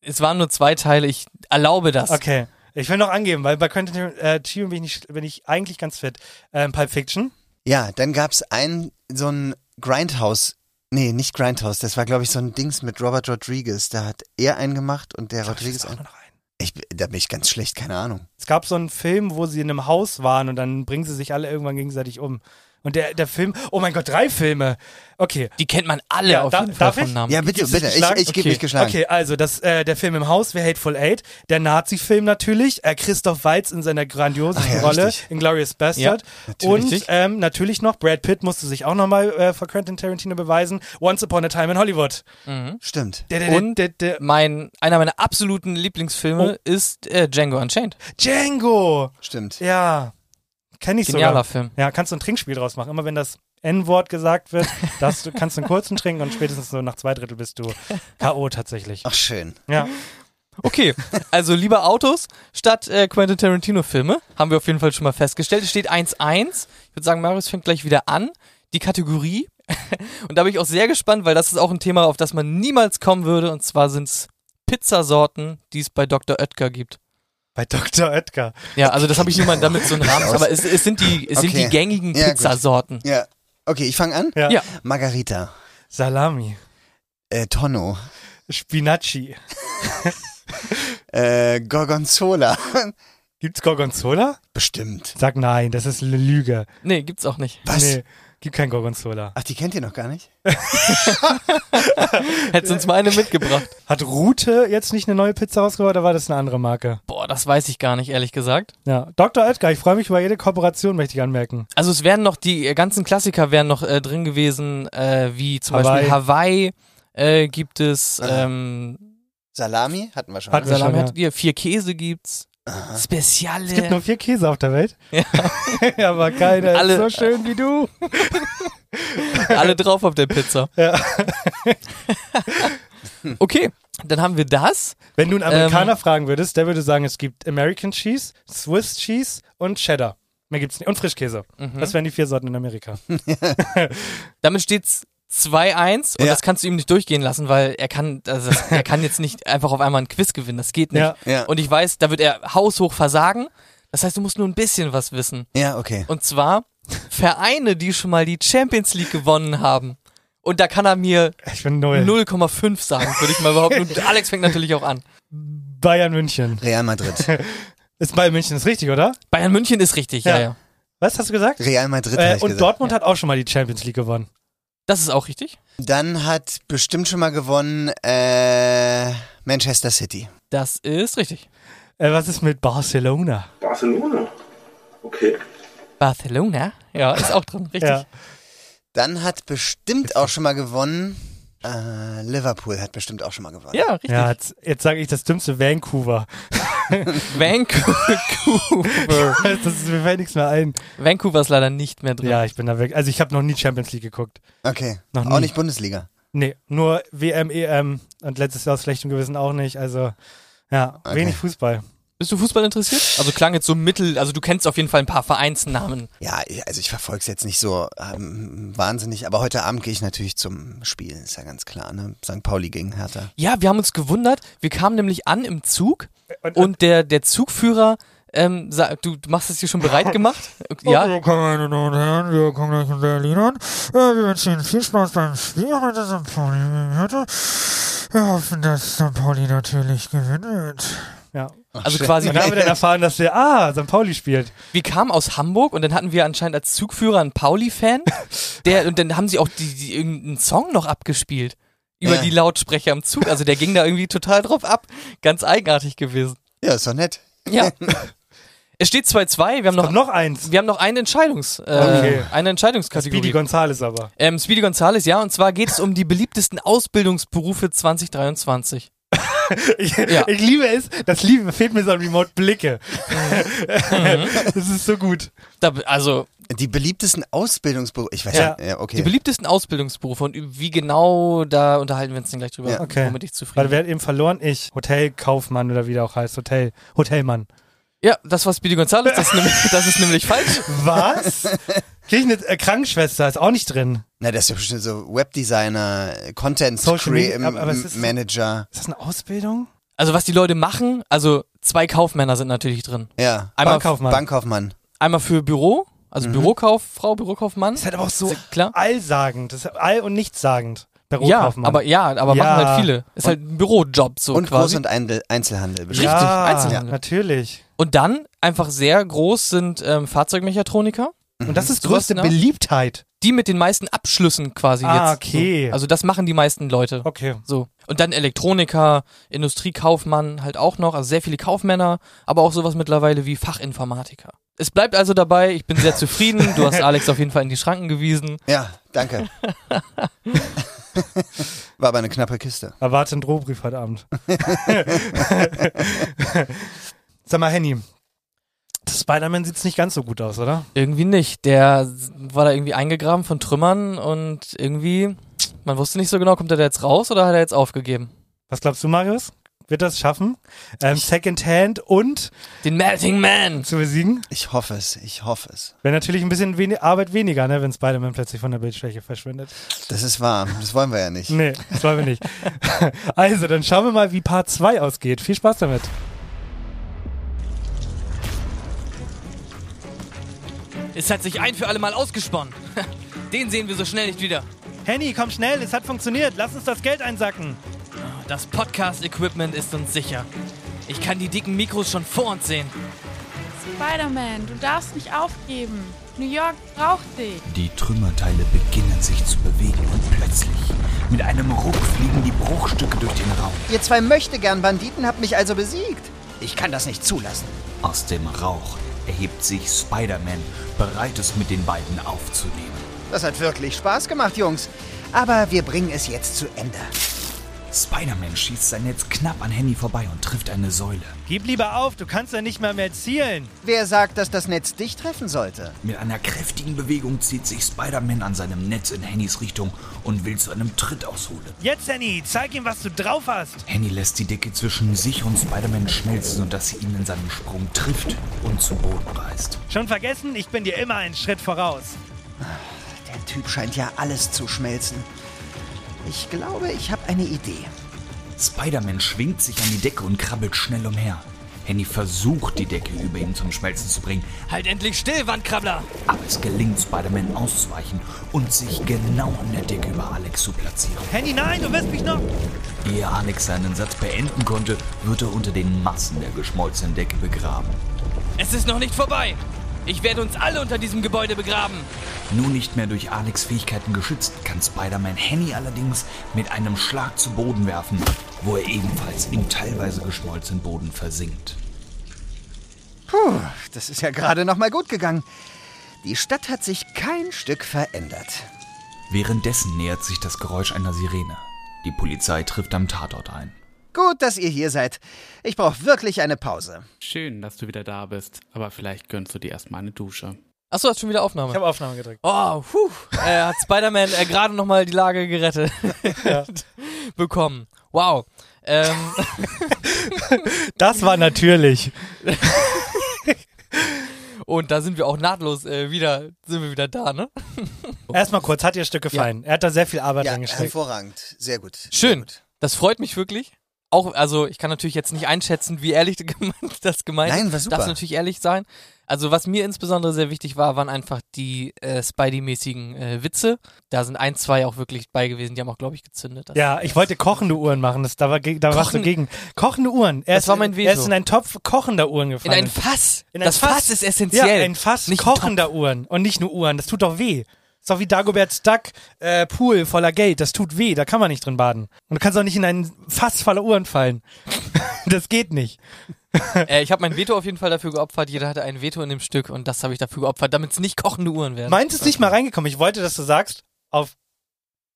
[SPEAKER 2] Es waren nur zwei Teile, ich erlaube das.
[SPEAKER 3] Okay. Ich will noch angeben, weil bei Quentin Tar- äh, Tarantino bin ich, bin ich eigentlich ganz fit. Ähm, Pulp Fiction.
[SPEAKER 4] Ja, dann gab es einen, so ein Grindhouse. Nee, nicht Grindhouse. Das war, glaube ich, so ein Dings mit Robert Rodriguez. Da hat er einen gemacht und der Rodriguez
[SPEAKER 3] auch
[SPEAKER 4] einen.
[SPEAKER 3] nur noch ein.
[SPEAKER 4] Ich, da bin ich ganz schlecht, keine Ahnung.
[SPEAKER 3] Es gab so einen Film, wo sie in einem Haus waren und dann bringen sie sich alle irgendwann gegenseitig um. Und der, der Film, oh mein Gott, drei Filme. Okay,
[SPEAKER 2] Die kennt man alle
[SPEAKER 3] Ja,
[SPEAKER 2] auf
[SPEAKER 3] da-
[SPEAKER 2] jeden Fall
[SPEAKER 3] darf
[SPEAKER 2] vom
[SPEAKER 3] ich?
[SPEAKER 2] Namen.
[SPEAKER 4] Ja, bitte,
[SPEAKER 3] Gibst du
[SPEAKER 4] bitte. Ich,
[SPEAKER 3] geschlagen?
[SPEAKER 4] ich gebe
[SPEAKER 3] okay.
[SPEAKER 4] mich geschlagen.
[SPEAKER 3] Okay, also das, äh, der Film im Haus, wer Hateful Eight, der Nazi-Film natürlich, äh, Christoph Waltz in seiner grandiosen
[SPEAKER 4] Ach ja,
[SPEAKER 3] Rolle
[SPEAKER 4] richtig.
[SPEAKER 3] in Glorious Bastard.
[SPEAKER 2] natürlich.
[SPEAKER 3] Und ähm, natürlich noch, Brad Pitt musste sich auch nochmal äh, vor Quentin Tarantino beweisen, Once Upon a Time in Hollywood.
[SPEAKER 4] Stimmt.
[SPEAKER 3] Der, der,
[SPEAKER 2] Und
[SPEAKER 3] der, der, der
[SPEAKER 2] mein, einer meiner absoluten Lieblingsfilme
[SPEAKER 3] Oh.
[SPEAKER 2] ist äh, Django Unchained.
[SPEAKER 3] Django!
[SPEAKER 4] Stimmt.
[SPEAKER 3] Ja, kenne ich
[SPEAKER 2] Genialer
[SPEAKER 3] sogar.
[SPEAKER 2] Film.
[SPEAKER 3] Ja, kannst du ein Trinkspiel draus machen. Immer wenn das N-Wort gesagt wird, darfst du, kannst du einen kurzen trinken und spätestens so nach zwei Drittel bist du K.O. tatsächlich.
[SPEAKER 4] Ach, schön.
[SPEAKER 3] Ja.
[SPEAKER 2] Okay, also lieber Autos statt äh, Quentin Tarantino-Filme. Haben wir auf jeden Fall schon mal festgestellt. Es steht 1-1. Ich würde sagen, Marius fängt gleich wieder an. Die Kategorie. und da bin ich auch sehr gespannt, weil das ist auch ein Thema, auf das man niemals kommen würde. Und zwar sind es Pizzasorten, die es bei Dr. Oetker gibt.
[SPEAKER 3] Bei Dr. Oetker.
[SPEAKER 2] Ja, also das habe ich nur mal damit so einen Rahmen. Aber es, es sind die, es sind
[SPEAKER 4] Okay.
[SPEAKER 2] die gängigen
[SPEAKER 4] Ja, gut.
[SPEAKER 2] Pizzasorten.
[SPEAKER 4] Ja. Okay, ich fange an.
[SPEAKER 3] Ja.
[SPEAKER 2] Ja.
[SPEAKER 4] Margarita.
[SPEAKER 3] Salami.
[SPEAKER 4] Äh, Tonno.
[SPEAKER 3] Spinacci.
[SPEAKER 4] Äh, Gorgonzola.
[SPEAKER 3] Gibt's Gorgonzola?
[SPEAKER 4] Bestimmt.
[SPEAKER 3] Sag nein, das ist eine Lüge.
[SPEAKER 2] Nee, gibt's auch nicht.
[SPEAKER 4] Was?
[SPEAKER 3] Nee, gibt kein Gorgonzola.
[SPEAKER 4] Ach, die kennt ihr noch gar nicht?
[SPEAKER 2] Hättest uns mal eine mitgebracht.
[SPEAKER 3] Hat Rute jetzt nicht eine neue Pizza rausgebracht oder war das eine andere Marke?
[SPEAKER 2] Boah, das weiß ich gar nicht, ehrlich gesagt.
[SPEAKER 3] Ja, Dr. Oetker, ich freue mich über jede Kooperation, möchte ich anmerken.
[SPEAKER 2] Also es wären noch, die äh, ganzen Klassiker wären noch äh, drin gewesen, äh, wie zum Beispiel Hawaii äh, gibt es,
[SPEAKER 4] Aha.
[SPEAKER 2] ähm,
[SPEAKER 4] Salami hatten wir schon.
[SPEAKER 3] Hatten wir
[SPEAKER 2] Salami
[SPEAKER 3] schon, ja.
[SPEAKER 2] hattet ihr, vier Käse gibt's, Speziale.
[SPEAKER 3] Es gibt nur vier Käse auf der Welt.
[SPEAKER 2] Ja.
[SPEAKER 3] Aber keiner
[SPEAKER 2] Alle-
[SPEAKER 3] ist so schön wie du.
[SPEAKER 2] Alle drauf auf der Pizza.
[SPEAKER 3] Ja.
[SPEAKER 2] okay, dann haben wir das.
[SPEAKER 3] Wenn du einen Amerikaner fragen würdest, der würde sagen, es gibt American Cheese, Swiss Cheese und Cheddar. Mehr gibt's nicht. Und Frischkäse. Das wären die vier Sorten in Amerika.
[SPEAKER 2] Damit steht's 2-1 und
[SPEAKER 4] Ja.
[SPEAKER 2] das kannst du ihm nicht durchgehen lassen, weil er kann, also das, er kann jetzt nicht einfach auf einmal ein Quiz gewinnen. Das geht nicht.
[SPEAKER 3] Ja.
[SPEAKER 4] Ja.
[SPEAKER 2] Und ich weiß, da wird er haushoch versagen. Das heißt, du musst nur ein bisschen was wissen.
[SPEAKER 4] Ja, okay.
[SPEAKER 2] Und zwar Vereine, die schon mal die Champions League gewonnen haben. Und da kann er mir
[SPEAKER 3] Ich bin null.
[SPEAKER 2] 0,5 sagen, würde ich mal behaupten. Und Alex fängt natürlich auch an.
[SPEAKER 3] Bayern München.
[SPEAKER 4] Real Madrid.
[SPEAKER 3] Ist Bayern München, ist richtig, oder?
[SPEAKER 2] Bayern München ist richtig, ja,
[SPEAKER 3] Ja.
[SPEAKER 2] ja.
[SPEAKER 3] Was hast du gesagt?
[SPEAKER 4] Real Madrid hab
[SPEAKER 3] Äh,
[SPEAKER 4] ich
[SPEAKER 3] und
[SPEAKER 4] gesagt.
[SPEAKER 3] Dortmund hat auch schon mal die Champions League gewonnen.
[SPEAKER 2] Das ist auch richtig.
[SPEAKER 4] Dann hat bestimmt schon mal gewonnen äh, Manchester City.
[SPEAKER 2] Das ist richtig.
[SPEAKER 3] Äh, was ist mit Barcelona?
[SPEAKER 7] Barcelona. Okay.
[SPEAKER 2] Barcelona? Ja, ist auch drin, richtig.
[SPEAKER 3] Ja.
[SPEAKER 4] Dann hat bestimmt auch schon mal gewonnen äh, Liverpool hat bestimmt auch schon mal gewonnen.
[SPEAKER 2] Ja, richtig.
[SPEAKER 3] Ja, jetzt, jetzt sage ich das dümmste Vancouver.
[SPEAKER 2] Vancouver.
[SPEAKER 3] Das ist, mir fällt nichts mehr ein.
[SPEAKER 2] Vancouver ist leider nicht mehr drin.
[SPEAKER 3] Ja, ich bin da weg. Also ich habe noch nie Champions League geguckt.
[SPEAKER 4] Okay.
[SPEAKER 3] Noch
[SPEAKER 4] Auch
[SPEAKER 3] nie.
[SPEAKER 4] nicht Bundesliga.
[SPEAKER 3] Nee, nur WM, EM und letztes Jahr aus schlechtem Gewissen auch nicht. Also ja,
[SPEAKER 4] Okay.
[SPEAKER 3] wenig Fußball.
[SPEAKER 2] Bist du Fußball interessiert? Also klang jetzt so mittel, also du kennst auf jeden Fall ein paar Vereinsnamen.
[SPEAKER 4] Ja, also ich verfolge es jetzt nicht so ähm, wahnsinnig, aber heute Abend gehe ich natürlich zum Spiel, ist ja ganz klar, ne? St. Pauli gegen Hertha.
[SPEAKER 2] Ja, wir haben uns gewundert. Wir kamen nämlich an im Zug
[SPEAKER 3] Äh, Und-
[SPEAKER 2] und der, der Zugführer Ähm, sa- du, du machst es dir schon bereit gemacht?
[SPEAKER 3] Oh,
[SPEAKER 2] ja.
[SPEAKER 8] Willkommen, meine Damen und Herren, wir kommen gleich in Berlin an. Äh, wir wünschen Ihnen viel Spaß beim Spiel heute St. Pauli gegen Hertha. Wir hoffen, dass St. Pauli natürlich gewinnt.
[SPEAKER 3] oh, Ja.
[SPEAKER 2] Also quasi,
[SPEAKER 3] Und dann haben wir dann erfahren, dass wir, ah, St. Pauli spielt.
[SPEAKER 2] wir kamen aus Hamburg und dann hatten wir anscheinend als Zugführer einen Pauli-Fan. Der, und dann haben sie auch die, die, irgendeinen Song noch abgespielt. Über
[SPEAKER 4] Ja.
[SPEAKER 2] die Lautsprecher im Zug. Also der ging da irgendwie total drauf ab. Ganz eigenartig gewesen.
[SPEAKER 4] Ja, ist doch nett.
[SPEAKER 2] Ja. es steht 2-2. Wir haben noch,
[SPEAKER 3] Und noch eins.
[SPEAKER 2] wir haben noch eine Entscheidungs, äh,
[SPEAKER 3] Okay.
[SPEAKER 2] eine
[SPEAKER 3] Speedy
[SPEAKER 2] Entscheidungskategorie.
[SPEAKER 3] Gonzales aber.
[SPEAKER 2] Ähm, Speedy Gonzales, ja, und zwar geht es um die beliebtesten Ausbildungsberufe 2023.
[SPEAKER 3] Ich,
[SPEAKER 2] Ja.
[SPEAKER 3] ich liebe es, das Liebe fehlt mir so an Remote Blicke.
[SPEAKER 4] Mhm.
[SPEAKER 3] das ist so gut.
[SPEAKER 2] Da, also
[SPEAKER 4] Die beliebtesten Ausbildungsberufe. Ich weiß
[SPEAKER 3] Ja.
[SPEAKER 4] ja, ja okay.
[SPEAKER 2] die beliebtesten Ausbildungsberufe und wie genau, da unterhalten wir uns dann gleich drüber,
[SPEAKER 4] Ja.
[SPEAKER 3] Okay.
[SPEAKER 2] womit ich
[SPEAKER 3] Warte,
[SPEAKER 2] zufrieden bin.
[SPEAKER 3] wer hat eben verloren? Ich. Hotelkaufmann oder wie der auch heißt. Hotel. Hotelmann.
[SPEAKER 2] Ja, das war Speedy Gonzales, das ist nämlich, das ist nämlich falsch.
[SPEAKER 3] Was? Krieg ich eine äh, Krankenschwester? Ist auch nicht drin.
[SPEAKER 4] Na, das ist ja bestimmt so Webdesigner, Content
[SPEAKER 3] Social Media,
[SPEAKER 4] Crea-
[SPEAKER 3] aber- aber es ist-
[SPEAKER 4] Manager.
[SPEAKER 3] Ist das eine Ausbildung?
[SPEAKER 2] Also was die Leute machen, also zwei Kaufmänner sind natürlich drin.
[SPEAKER 4] Ja.
[SPEAKER 2] Einmal,
[SPEAKER 3] Bankkaufmann.
[SPEAKER 4] Bankkaufmann.
[SPEAKER 2] einmal für Büro, also
[SPEAKER 4] Mhm.
[SPEAKER 2] Bürokauffrau, Bürokaufmann.
[SPEAKER 3] Ist halt aber auch so
[SPEAKER 2] Ist klar.
[SPEAKER 3] allsagend. Das ist all- und nichtssagend.
[SPEAKER 2] Ja,
[SPEAKER 3] Bürokaufmann.
[SPEAKER 2] aber ja, aber
[SPEAKER 3] Ja.
[SPEAKER 2] machen halt viele. Ist halt ein Bürojob so
[SPEAKER 4] Und Groß-
[SPEAKER 2] quasi.
[SPEAKER 4] und Eindel- Einzelhandel bestimmt.
[SPEAKER 2] Richtig,
[SPEAKER 3] Ah, ja,
[SPEAKER 2] Einzelhandel.
[SPEAKER 3] natürlich.
[SPEAKER 2] Und dann einfach sehr groß sind ähm, Fahrzeugmechatroniker.
[SPEAKER 3] Und das ist
[SPEAKER 2] Sowas
[SPEAKER 3] größte
[SPEAKER 2] nach?
[SPEAKER 3] Beliebtheit.
[SPEAKER 2] die mit den meisten Abschlüssen quasi
[SPEAKER 3] Ah,
[SPEAKER 2] jetzt.
[SPEAKER 3] okay.
[SPEAKER 2] So. Also das machen die meisten Leute.
[SPEAKER 3] Okay.
[SPEAKER 2] So. Und dann Elektroniker, Industriekaufmann halt auch noch, also sehr viele Kaufmänner, aber auch sowas mittlerweile wie Fachinformatiker. Es bleibt also dabei, ich bin sehr zufrieden, du hast Alex auf jeden Fall in die Schranken gewiesen.
[SPEAKER 4] Ja, danke. War aber eine knappe Kiste.
[SPEAKER 3] Erwarte einen Drohbrief heute Abend. Sag mal, Henny. Das Spider-Man sieht nicht ganz so gut aus, oder?
[SPEAKER 2] Irgendwie nicht. Der s- war da irgendwie eingegraben von Trümmern und irgendwie, man wusste nicht so genau, kommt er da jetzt raus oder hat er jetzt aufgegeben?
[SPEAKER 3] Was glaubst du, Marius? Wird das schaffen? Ähm, Second Hand und
[SPEAKER 2] Den Melting Man!
[SPEAKER 3] zu besiegen?
[SPEAKER 4] Ich hoffe es, ich hoffe es.
[SPEAKER 3] Wäre natürlich ein bisschen weni- Arbeit weniger, ne, wenn Spider-Man plötzlich von der Bildschwäche verschwindet.
[SPEAKER 4] Das ist wahr. Das wollen wir ja nicht.
[SPEAKER 3] Nee, das wollen wir nicht. also, dann schauen wir mal, wie Part 2 ausgeht. Viel Spaß damit.
[SPEAKER 2] Es hat sich ein für alle Mal ausgesponnen. Den sehen wir so schnell nicht wieder.
[SPEAKER 3] Henny, komm schnell, es hat funktioniert. Lass uns das Geld einsacken.
[SPEAKER 2] Das Podcast-Equipment ist uns sicher. Ich kann die dicken Mikros schon vor uns sehen.
[SPEAKER 5] Spider-Man, du darfst nicht aufgeben. New York braucht dich.
[SPEAKER 1] Die Trümmerteile beginnen sich zu bewegen und plötzlich, mit einem Ruck, fliegen die Bruchstücke durch den Raum.
[SPEAKER 9] Ihr zwei möchtegern Banditen habt mich also besiegt. Ich kann das nicht zulassen.
[SPEAKER 1] Aus dem Rauch erhebt sich Spider-Man, bereit es mit den beiden aufzunehmen.
[SPEAKER 9] Das hat wirklich Spaß gemacht, Jungs. Aber wir bringen es jetzt zu Ende.
[SPEAKER 1] Spider-Man schießt sein Netz knapp an Henny vorbei und trifft eine Säule.
[SPEAKER 3] Gib lieber auf, du kannst ja nicht mal mehr zielen.
[SPEAKER 9] Wer sagt, dass das Netz dich treffen sollte?
[SPEAKER 1] Mit einer kräftigen Bewegung zieht sich Spider-Man an seinem Netz in Hennys Richtung und will zu einem Tritt ausholen.
[SPEAKER 3] Jetzt, Henny, zeig ihm, was du drauf hast.
[SPEAKER 1] Henny lässt die Decke zwischen sich und Spider-Man schmelzen, sodass sie ihn in seinem Sprung trifft und zu Boden reißt.
[SPEAKER 3] Schon vergessen, ich bin dir immer einen Schritt voraus.
[SPEAKER 9] Der Typ scheint ja alles zu schmelzen. Ich glaube, ich habe eine Idee.
[SPEAKER 1] Spider-Man schwingt sich an die Decke und krabbelt schnell umher. Henny versucht, die Decke über ihn zum Schmelzen zu bringen,
[SPEAKER 2] Halt endlich still, Wandkrabbler!
[SPEAKER 1] aber es gelingt Spider-Man auszuweichen und sich genau an der Decke über Alex zu platzieren.
[SPEAKER 3] Henny, nein, du wirst mich noch.
[SPEAKER 1] Ehe Alex seinen Satz beenden konnte, wird er unter den Massen der geschmolzenen Decke begraben.
[SPEAKER 2] Es ist noch nicht vorbei! Ich werde uns alle unter diesem Gebäude begraben!
[SPEAKER 1] Nun nicht mehr durch Alex Fähigkeiten geschützt, kann Spider-Man Henny allerdings mit einem Schlag zu Boden werfen, wo er ebenfalls im teilweise geschmolzenen Boden versinkt.
[SPEAKER 9] Puh, das ist ja gerade noch mal gut gegangen. Die Stadt hat sich kein Stück verändert.
[SPEAKER 1] Währenddessen nähert sich das Geräusch einer Sirene. Die Polizei trifft am Tatort ein.
[SPEAKER 9] Gut, dass ihr hier seid. Ich brauche wirklich eine Pause.
[SPEAKER 10] Schön, dass du wieder da bist, aber vielleicht gönnst du dir erstmal eine Dusche.
[SPEAKER 2] Achso, hast schon wieder Aufnahme.
[SPEAKER 3] Ich habe Aufnahme gedrückt.
[SPEAKER 2] Oh, puh. Äh, hat Spider-Man äh, gerade nochmal die Lage gerettet bekommen. Wow. Ähm,
[SPEAKER 3] Das war natürlich.
[SPEAKER 2] und da sind wir auch nahtlos äh, wieder, sind wir wieder da, ne?
[SPEAKER 3] Erstmal kurz, hat ihr Stück gefallen? Er hat da sehr viel Arbeit
[SPEAKER 4] Ja,
[SPEAKER 3] reingesteckt.
[SPEAKER 4] hervorragend. Sehr gut. Sehr
[SPEAKER 2] Schön.
[SPEAKER 4] gut.
[SPEAKER 2] Das freut mich wirklich. auch, also ich kann natürlich jetzt nicht einschätzen, wie ehrlich gemeint- das gemeint ist.
[SPEAKER 4] Nein, war super.
[SPEAKER 2] Darf natürlich ehrlich sein. Also was mir insbesondere sehr wichtig war, waren einfach die äh, Spidey-mäßigen äh, Witze. Da sind ein, zwei auch wirklich bei gewesen. Die haben auch, glaube ich, gezündet. Das-
[SPEAKER 3] Ja, ich wollte kochende Uhren machen. Das, da war, ge- da warst du
[SPEAKER 2] Kochen-
[SPEAKER 3] gegen. Kochende Uhren. Er
[SPEAKER 2] Das
[SPEAKER 3] ist,
[SPEAKER 2] war mein
[SPEAKER 3] Er
[SPEAKER 2] Veto.
[SPEAKER 3] ist in einen Topf kochender Uhren
[SPEAKER 2] In
[SPEAKER 3] gefallen.
[SPEAKER 2] ein Fass.
[SPEAKER 3] In ein
[SPEAKER 2] das Fass. ist essentiell.
[SPEAKER 3] Ja, ein Fass
[SPEAKER 2] Nicht
[SPEAKER 3] kochender Uhren und nicht nur Uhren. Das tut doch weh. Ist doch wie Dagobert's Duck, äh, Pool voller Geld. Das tut weh. Da kann man nicht drin baden. Und du kannst auch nicht in einen Fass voller Uhren fallen. das geht nicht.
[SPEAKER 2] Äh, ich habe mein Veto auf jeden Fall dafür geopfert. Jeder hatte ein Veto in dem Stück und das habe ich dafür geopfert, damit es nicht kochende Uhren werden.
[SPEAKER 3] Meins ist nicht mal reingekommen. Ich wollte, dass du sagst, auf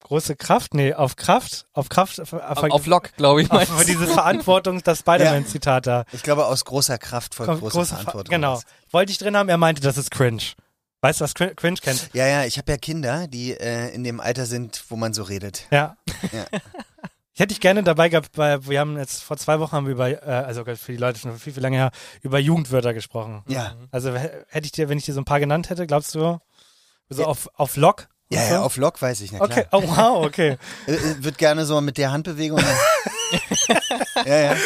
[SPEAKER 3] große Kraft, nee, auf Kraft, auf Kraft, auf,
[SPEAKER 2] auf, auf Lock, glaube ich.
[SPEAKER 3] auf,
[SPEAKER 2] meinst
[SPEAKER 3] auf
[SPEAKER 2] du?
[SPEAKER 3] dieses Verantwortung, das Spider-Man-Zitat da.
[SPEAKER 4] Ich glaube, aus großer Kraft folgt
[SPEAKER 3] Kommt
[SPEAKER 4] große,
[SPEAKER 3] große Ver-
[SPEAKER 4] Verantwortung.
[SPEAKER 3] Genau. Wollte ich drin haben, er meinte, das ist cringe. Weißt du, was cringe, cringe kennst?
[SPEAKER 4] Ja, ja, ich habe ja Kinder, die äh, in dem Alter sind, wo man so redet.
[SPEAKER 3] Ja.
[SPEAKER 4] Ja.
[SPEAKER 3] Ich hätte dich gerne dabei gehabt, weil wir haben jetzt vor zwei Wochen haben wir über, äh, also Gott, für die Leute schon viel, viel lange her, über Jugendwörter gesprochen.
[SPEAKER 2] Mhm.
[SPEAKER 4] Ja,
[SPEAKER 3] Also h- hätte ich dir, wenn ich dir so ein paar genannt hätte, glaubst du, so auf, auf Lock?
[SPEAKER 4] ja, ja auf Lock weiß ich, na klar.
[SPEAKER 3] Okay, oh wow, okay.
[SPEAKER 4] Äh, äh, Wird gerne so mit der Handbewegung. ja, ja.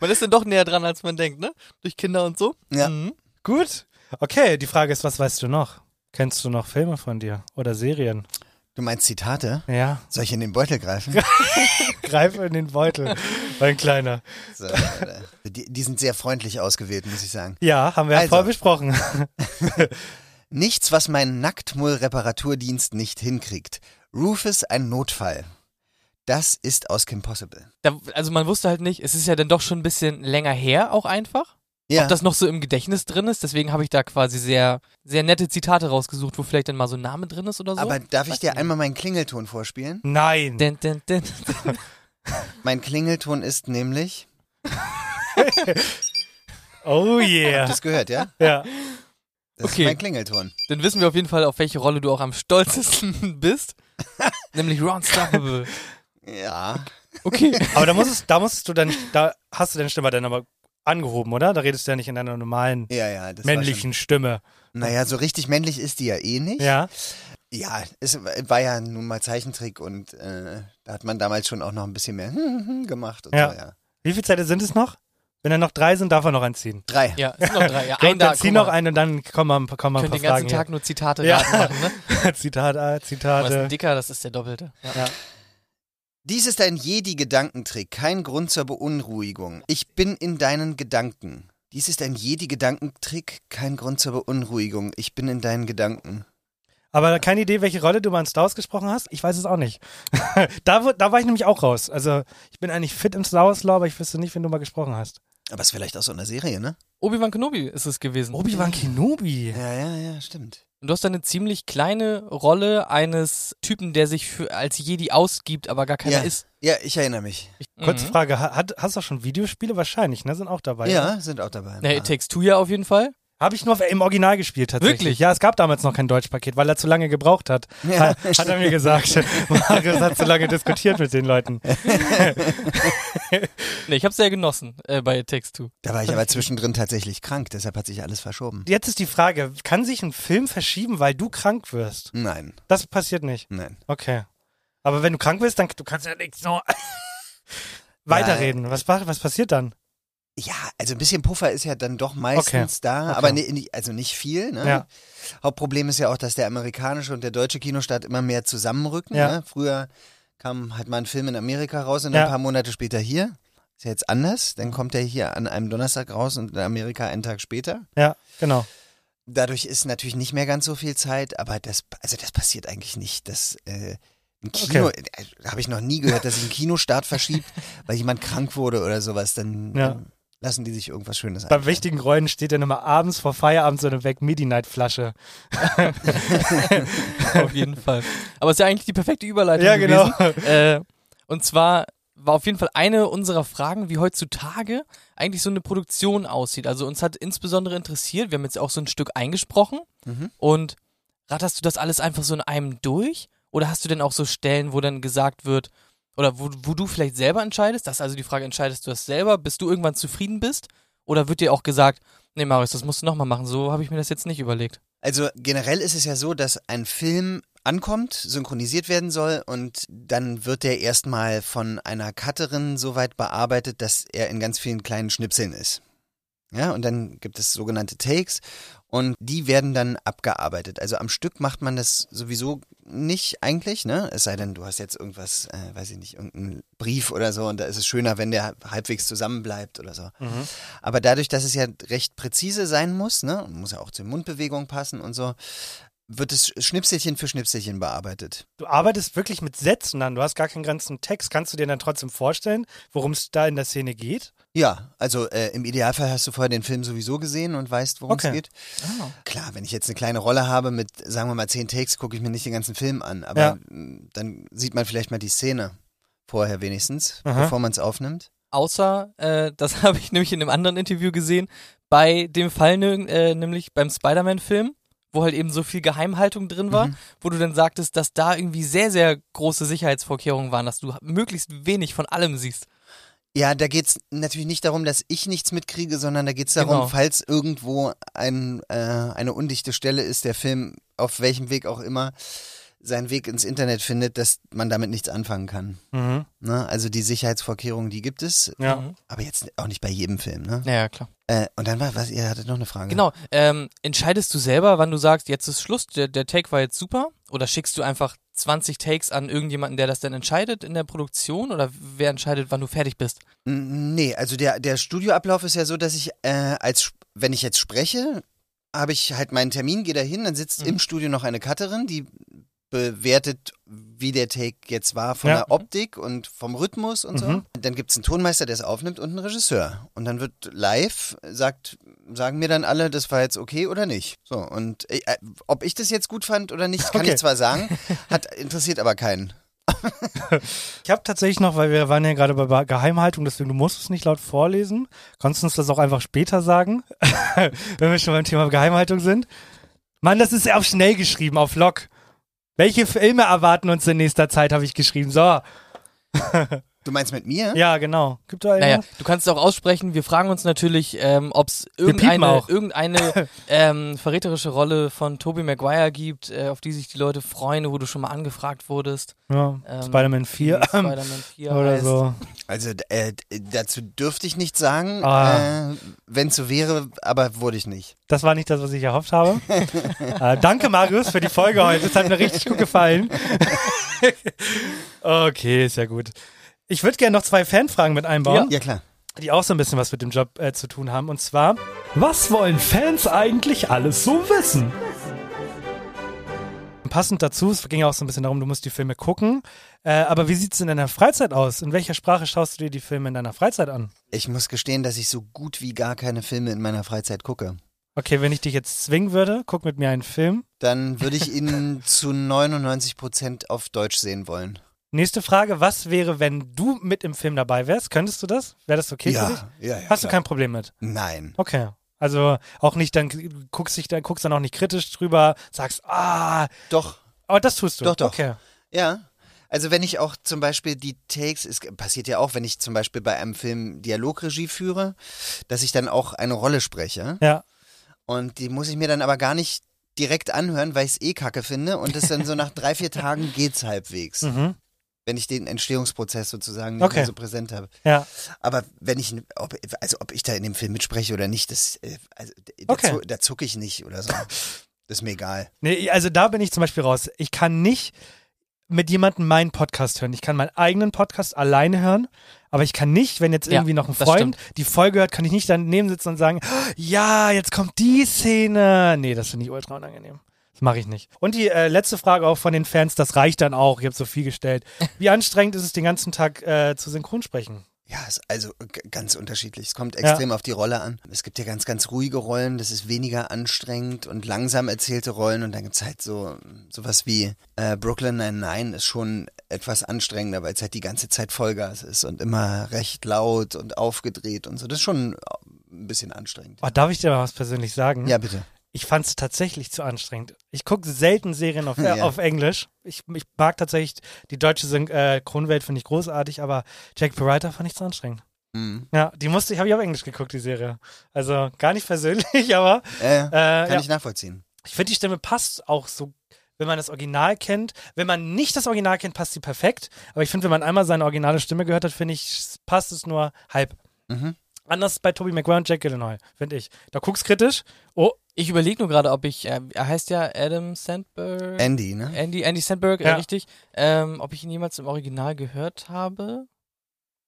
[SPEAKER 2] Man ist dann doch näher dran, als man denkt, ne? Durch Kinder und so.
[SPEAKER 4] Ja.
[SPEAKER 2] Mhm.
[SPEAKER 3] Gut. Okay, die Frage ist, was weißt du noch? Kennst du noch Filme von dir oder Serien?
[SPEAKER 4] Du meinst Zitate?
[SPEAKER 3] Ja,
[SPEAKER 4] Soll ich in den Beutel greifen?
[SPEAKER 3] greife in den Beutel, mein Kleiner.
[SPEAKER 4] So, äh, die, die sind sehr freundlich ausgewählt, muss ich sagen.
[SPEAKER 3] Ja, haben wir ja
[SPEAKER 4] Also.
[SPEAKER 3] vorher besprochen.
[SPEAKER 4] Nichts, was mein Nacktmull-Reparaturdienst nicht hinkriegt. Rufus ein Notfall. Das ist aus Kim Possible.
[SPEAKER 2] Da, also man wusste halt nicht, es ist ja dann doch schon ein bisschen länger her auch einfach.
[SPEAKER 4] Ja,
[SPEAKER 2] Ob das noch so im Gedächtnis drin ist, deswegen habe ich da quasi sehr, sehr nette Zitate rausgesucht, wo vielleicht dann mal so ein Name drin ist oder so.
[SPEAKER 4] aber darf ich
[SPEAKER 2] Weiß
[SPEAKER 4] dir
[SPEAKER 2] nicht.
[SPEAKER 4] einmal meinen Klingelton vorspielen?
[SPEAKER 3] Nein.
[SPEAKER 2] Dun, dun, dun.
[SPEAKER 4] Mein Klingelton ist nämlich.
[SPEAKER 3] Oh yeah.
[SPEAKER 4] Das gehört, ja?
[SPEAKER 3] Ja.
[SPEAKER 4] Das
[SPEAKER 2] Okay.
[SPEAKER 4] ist mein Klingelton.
[SPEAKER 2] Dann wissen wir auf jeden Fall, auf welche Rolle du auch am stolzesten bist. Nämlich Ron Stoppable.
[SPEAKER 4] Ja.
[SPEAKER 2] Okay.
[SPEAKER 3] Aber da musstest, da musstest du dann, da hast du deine Stimme dann aber angehoben, oder? Da redest du ja nicht in deiner normalen
[SPEAKER 4] Ja, ja. Das war
[SPEAKER 3] männlichen Stimme.
[SPEAKER 4] Schon, naja, so richtig männlich ist die ja eh nicht.
[SPEAKER 3] Ja.
[SPEAKER 4] Ja, es war ja nun mal Zeichentrick und äh, da hat man damals schon auch noch ein bisschen mehr gemacht und
[SPEAKER 3] Ja.
[SPEAKER 4] so, ja.
[SPEAKER 3] Wie viele Zeiten sind es noch? Wenn da noch drei sind, darf er noch einziehen.
[SPEAKER 4] Drei.
[SPEAKER 2] Ja, es sind noch drei. Ja,
[SPEAKER 3] Gut,
[SPEAKER 2] ein da,
[SPEAKER 3] dann zieh
[SPEAKER 2] guck
[SPEAKER 3] noch
[SPEAKER 2] mal.
[SPEAKER 3] einen und dann kommen wir, ein- kommen wir ein
[SPEAKER 2] Könnt
[SPEAKER 3] paar
[SPEAKER 2] den ganzen
[SPEAKER 3] Fragen.
[SPEAKER 2] Tag nur Zitate
[SPEAKER 3] Ja.
[SPEAKER 2] raten machen, ne?
[SPEAKER 3] hier. Zitat A,
[SPEAKER 2] Aber ist
[SPEAKER 3] Zitate.
[SPEAKER 2] ein dicker, das ist der Doppelte. Ja.
[SPEAKER 4] Dies ist ein Jedi-Gedankentrick, kein Grund zur Beunruhigung. Ich bin in deinen Gedanken. Dies ist ein Jedi-Gedankentrick, kein Grund zur Beunruhigung. Ich bin in deinen Gedanken.
[SPEAKER 3] Aber keine Idee, welche Rolle du mal in Star Wars gesprochen hast? Ich weiß es auch nicht. da, wu- da war ich nämlich auch raus. Also, ich bin eigentlich fit im Star Wars Lore, aber ich wüsste nicht, wen du mal gesprochen hast.
[SPEAKER 4] Aber ist vielleicht aus so einer Serie, ne?
[SPEAKER 2] Obi-Wan Kenobi ist es gewesen.
[SPEAKER 3] Obi-Wan Kenobi.
[SPEAKER 4] Ja, ja, ja, stimmt.
[SPEAKER 2] Und du hast da eine ziemlich kleine Rolle eines Typen, der sich für, als Jedi ausgibt, aber gar keiner
[SPEAKER 4] ja.
[SPEAKER 2] ist.
[SPEAKER 4] Ja, ich erinnere mich.
[SPEAKER 2] Ich,
[SPEAKER 3] Kurze
[SPEAKER 2] mhm.
[SPEAKER 3] Frage, ha- hat, hast du auch schon Videospiele? Wahrscheinlich, ne? Sind auch dabei.
[SPEAKER 4] ja, sind auch dabei.
[SPEAKER 2] Na, It Takes Two ja auf jeden Fall.
[SPEAKER 3] Habe ich nur auf- im Original gespielt tatsächlich.
[SPEAKER 2] Wirklich?
[SPEAKER 3] Ja, es gab damals noch kein Deutschpaket, weil er zu lange gebraucht hat. Ha-
[SPEAKER 4] Ja.
[SPEAKER 3] Hat er mir gesagt. Marius hat zu lange diskutiert mit den Leuten.
[SPEAKER 2] Nee, ich hab's sehr genossen äh, bei It Takes Two.
[SPEAKER 4] Da war ich aber zwischendrin tatsächlich krank, deshalb hat sich alles verschoben.
[SPEAKER 3] Jetzt ist die Frage, kann sich ein Film verschieben, weil du krank wirst?
[SPEAKER 4] Nein,
[SPEAKER 3] Das passiert nicht.
[SPEAKER 4] nein.
[SPEAKER 3] Okay. Aber wenn du krank bist, dann du kannst ja nichts so weiterreden. Was, mach- was passiert dann?
[SPEAKER 4] Ja, also ein bisschen Puffer ist ja dann doch meistens da,
[SPEAKER 3] Okay.
[SPEAKER 4] aber ne, nicht- also nicht viel. Ne?
[SPEAKER 3] Ja.
[SPEAKER 4] Hauptproblem ist ja auch, dass der amerikanische und der deutsche Kinostart immer mehr zusammenrücken.
[SPEAKER 3] Ja.
[SPEAKER 4] Ne? Früher kam halt mal ein Film in Amerika raus und
[SPEAKER 3] Ja. Mhm.
[SPEAKER 4] ein paar Monate später hier. Ist ja jetzt anders. Dann kommt er hier an einem Donnerstag raus und in Amerika einen Tag später.
[SPEAKER 3] Ja, genau.
[SPEAKER 4] Dadurch ist natürlich nicht mehr ganz so viel Zeit, aber das, also das passiert eigentlich nicht. Das äh, ein Kino, äh, habe ich noch nie gehört, dass sich ein Kinostart verschiebt, weil jemand krank wurde oder sowas. Dann,
[SPEAKER 3] Ja.
[SPEAKER 4] dann lassen die sich irgendwas Schönes
[SPEAKER 3] Bei
[SPEAKER 4] ein.
[SPEAKER 3] wichtigen Rollen steht dann immer abends vor Feierabend so eine weg midnight flasche
[SPEAKER 2] auf jeden Fall. Aber es ist ja eigentlich die perfekte Überleitung
[SPEAKER 3] Ja, genau.
[SPEAKER 2] gewesen. Äh, und zwar war auf jeden Fall eine unserer Fragen, wie heutzutage eigentlich so eine Produktion aussieht. Also uns hat insbesondere interessiert, wir haben jetzt auch so ein Stück eingesprochen
[SPEAKER 4] Mhm.
[SPEAKER 2] und ratterst du das alles einfach so in einem durch? Oder hast du denn auch so Stellen, wo dann gesagt wird, oder wo, wo du vielleicht selber entscheidest, das ist also die Frage, entscheidest du das selber, bis du irgendwann zufrieden bist? Oder wird dir auch gesagt, nee Marius, das musst du nochmal machen, so habe ich mir das jetzt nicht überlegt.
[SPEAKER 4] Also generell ist es ja so, dass ein Film ankommt, synchronisiert werden soll und dann wird der erstmal von einer Cutterin so weit bearbeitet, dass er in ganz vielen kleinen Schnipseln ist. Ja, und dann gibt es sogenannte Takes und die werden dann abgearbeitet. Also am Stück macht man das sowieso nicht eigentlich, ne? Es sei denn, du hast jetzt irgendwas, äh, weiß ich nicht, irgendeinen Brief oder so und da ist es schöner, wenn der halbwegs zusammenbleibt oder so.
[SPEAKER 11] Mhm.
[SPEAKER 4] Aber dadurch, dass es ja recht präzise sein muss, ne? Und muss ja auch zur Mundbewegung passen und so, wird es Schnipselchen für Schnipselchen bearbeitet.
[SPEAKER 3] Du arbeitest wirklich mit Sätzen an, du hast gar keinen ganzen Text. Kannst du dir dann trotzdem vorstellen, worum es da in der Szene geht?
[SPEAKER 4] Ja, also äh, im Idealfall hast du vorher den Film sowieso gesehen und weißt, worum es
[SPEAKER 3] Okay. Ah.
[SPEAKER 4] geht. Klar, wenn ich jetzt eine kleine Rolle habe mit, sagen wir mal, zehn Takes, gucke ich mir nicht den ganzen Film an. Aber
[SPEAKER 3] Ja.
[SPEAKER 4] mh, dann sieht man vielleicht mal die Szene vorher wenigstens,
[SPEAKER 2] Aha.
[SPEAKER 4] bevor man es aufnimmt.
[SPEAKER 2] Außer, äh, das habe ich nämlich in einem anderen Interview gesehen, bei dem Fall, nö- äh, nämlich beim Spider-Man-Film, wo halt eben so viel Geheimhaltung drin war, wo du dann sagtest, dass da irgendwie sehr, sehr große Sicherheitsvorkehrungen waren, dass du möglichst wenig von allem siehst.
[SPEAKER 4] Ja, da geht es natürlich nicht darum, dass ich nichts mitkriege, sondern da geht es darum,
[SPEAKER 2] Genau.
[SPEAKER 4] falls irgendwo ein, äh, eine undichte Stelle ist, der Film, auf welchem Weg auch immer, seinen Weg ins Internet findet, dass man damit nichts anfangen kann.
[SPEAKER 3] Mhm.
[SPEAKER 4] Ne? Also die Sicherheitsvorkehrungen, die gibt es.
[SPEAKER 3] Ja. Mhm.
[SPEAKER 4] Aber jetzt auch nicht bei jedem Film, ne?
[SPEAKER 2] Ja, ja, klar.
[SPEAKER 4] Äh, und dann war, was, ihr hattet noch eine Frage.
[SPEAKER 2] Genau. Ähm, entscheidest du selber, wann du sagst, jetzt ist Schluss, der, der Take war jetzt super? Oder schickst du einfach 20 Takes an irgendjemanden, der das dann entscheidet in der Produktion? Oder wer entscheidet, wann du fertig bist?
[SPEAKER 4] N- Nee, also der, der Studioablauf ist ja so, dass ich, äh, als wenn ich jetzt spreche, habe ich halt meinen Termin, gehe da hin, dann sitzt
[SPEAKER 3] Mhm.
[SPEAKER 4] im Studio noch eine Cutterin, die bewertet, wie der Take jetzt war von
[SPEAKER 3] Ja.
[SPEAKER 4] der Optik und vom Rhythmus und so.
[SPEAKER 3] Mhm.
[SPEAKER 4] Dann gibt es einen Tonmeister, der es aufnimmt und einen Regisseur. Und dann wird live, sagt, sagen mir dann alle, das war jetzt okay oder nicht. So, und äh, äh, ob ich das jetzt gut fand oder nicht, kann
[SPEAKER 3] Okay.
[SPEAKER 4] ich zwar sagen, hat, interessiert aber keinen.
[SPEAKER 3] Ich habe tatsächlich noch, weil wir waren ja gerade bei Geheimhaltung, deswegen du musst es nicht laut vorlesen. Kannst du uns das auch einfach später sagen, wenn wir schon beim Thema Geheimhaltung sind? Mann, das ist ja auch schnell geschrieben, auf Lock. Welche Filme erwarten uns in nächster Zeit, habe ich geschrieben. So.
[SPEAKER 4] Du meinst mit mir?
[SPEAKER 3] Ja, genau. Gibt da
[SPEAKER 2] Naja,
[SPEAKER 3] naja.
[SPEAKER 2] du kannst es auch aussprechen. Wir fragen uns natürlich, ähm, ob es
[SPEAKER 3] piepen
[SPEAKER 2] irgendeine,
[SPEAKER 3] auch.
[SPEAKER 2] irgendeine ähm, verräterische Rolle von Tobey Maguire gibt, äh, auf die sich die Leute freuen, wo du schon mal angefragt wurdest.
[SPEAKER 3] Ja, Spider-Man 4.
[SPEAKER 2] die Spider-Man 4
[SPEAKER 3] Oder
[SPEAKER 2] heißt.
[SPEAKER 3] so.
[SPEAKER 4] Also d- äh, d- dazu dürfte ich nichts sagen,
[SPEAKER 3] Ah.
[SPEAKER 4] äh, wenn es so wäre, aber wurde ich nicht.
[SPEAKER 3] Das war nicht das, was ich erhofft habe. äh, danke, Marius, für die Folge heute. Es hat mir richtig gut gefallen. okay, ist ja gut. Ich würde gerne noch zwei Fanfragen mit einbauen.
[SPEAKER 4] Ja, klar.
[SPEAKER 3] Die auch so ein bisschen was mit dem Job äh, zu tun haben. Und zwar,
[SPEAKER 6] Was wollen Fans eigentlich alles so wissen?
[SPEAKER 3] passend dazu, es ging ja auch so ein bisschen darum, du musst die Filme gucken. Äh, aber wie sieht es in deiner Freizeit aus? In welcher Sprache schaust du dir die Filme in deiner Freizeit an?
[SPEAKER 4] Ich muss gestehen, dass ich so gut wie gar keine Filme in meiner Freizeit gucke.
[SPEAKER 3] Okay, wenn ich dich jetzt zwingen würde, guck mit mir einen Film.
[SPEAKER 4] Dann würde ich ihn zu 99 Prozent auf Deutsch sehen wollen.
[SPEAKER 3] Nächste Frage, was wäre, wenn du mit im Film dabei wärst? Könntest du das? Wäre das okay
[SPEAKER 4] Ja,
[SPEAKER 3] für dich?
[SPEAKER 4] ja, ja,
[SPEAKER 3] Hast du
[SPEAKER 4] klar.
[SPEAKER 3] kein Problem mit?
[SPEAKER 4] Nein.
[SPEAKER 3] Okay. Also auch nicht, dann guckst dich, dann guckst dann auch nicht kritisch drüber, sagst, ah.
[SPEAKER 4] Doch.
[SPEAKER 3] Aber das tust du.
[SPEAKER 4] Doch, doch.
[SPEAKER 3] Okay.
[SPEAKER 4] Ja. Also wenn ich auch zum Beispiel die Takes, es passiert ja auch, wenn ich zum Beispiel bei einem Film Dialogregie führe, dass ich dann auch eine Rolle spreche.
[SPEAKER 3] Ja.
[SPEAKER 4] Und die muss ich mir dann aber gar nicht direkt anhören, weil ich es eh kacke finde. Und das dann so nach drei, vier Tagen geht's halbwegs.
[SPEAKER 3] Mhm.
[SPEAKER 4] Wenn ich den Entstehungsprozess sozusagen nicht
[SPEAKER 3] Okay.
[SPEAKER 4] mehr so präsent habe.
[SPEAKER 3] Ja.
[SPEAKER 4] Aber wenn ich, ob, also ob ich da in dem Film mitspreche oder nicht, das, äh, also, d- da,
[SPEAKER 3] Okay.
[SPEAKER 4] zu, da zucke ich nicht oder so. Das ist mir egal.
[SPEAKER 3] Nee, also da bin ich zum Beispiel raus. Ich kann nicht mit jemandem meinen Podcast hören. Ich kann meinen eigenen Podcast alleine hören, aber ich kann nicht, wenn jetzt
[SPEAKER 2] Ja,
[SPEAKER 3] irgendwie noch ein
[SPEAKER 2] das
[SPEAKER 3] Freund die Folge hört, kann ich nicht daneben sitzen und sagen, ja, jetzt kommt die Szene. Nee, das finde ich ultra unangenehm. Das mache ich nicht. Und die äh, letzte Frage auch von den Fans, das reicht dann auch. Ich habe so viel gestellt. Wie anstrengend ist es, den ganzen Tag äh, zu synchronsprechen?
[SPEAKER 4] Ja, ist also g- ganz unterschiedlich. Es kommt
[SPEAKER 3] Ja.
[SPEAKER 4] extrem auf die Rolle an. Es gibt ja ganz, ganz ruhige Rollen, das ist weniger anstrengend und langsam erzählte Rollen und dann gibt's halt so sowas wie äh, Brooklyn 99 ist schon etwas anstrengender, weil es halt die ganze Zeit Vollgas ist und immer recht laut und aufgedreht und so. Das ist schon äh, ein bisschen anstrengend.
[SPEAKER 3] Oh, darf ich dir mal was persönlich sagen?
[SPEAKER 4] Ja, bitte.
[SPEAKER 3] Ich fand es tatsächlich zu anstrengend. Ich gucke selten Serien auf, äh,
[SPEAKER 4] Ja.
[SPEAKER 3] auf Englisch. Ich, ich mag tatsächlich die deutsche Syn äh, Kronwelt, finde ich großartig, aber Jack the Writer fand ich zu anstrengend.
[SPEAKER 4] Mhm.
[SPEAKER 3] Ja, die musste ich, habe ich auf Englisch geguckt, die Serie. Also gar nicht persönlich, aber
[SPEAKER 4] Äh,
[SPEAKER 3] äh,
[SPEAKER 4] kann
[SPEAKER 3] ja.
[SPEAKER 4] ich nachvollziehen.
[SPEAKER 3] ich finde, die Stimme passt auch so. wenn man das Original kennt. Wenn man nicht das Original kennt, passt sie perfekt. Aber ich finde, wenn man einmal seine originale Stimme gehört hat, finde ich, passt es nur halb.
[SPEAKER 4] Mhm.
[SPEAKER 3] Anders bei Toby McGuire und Jack Gyllenhaal, finde ich. Da guckst kritisch. Oh,
[SPEAKER 2] Ich überlege nur gerade, ob ich, äh, er heißt ja Adam Sandberg.
[SPEAKER 4] Andy, ne?
[SPEAKER 2] Andy, Andy Sandberg, äh,
[SPEAKER 3] Ja.
[SPEAKER 2] richtig. Ähm, ob ich ihn jemals im Original gehört habe,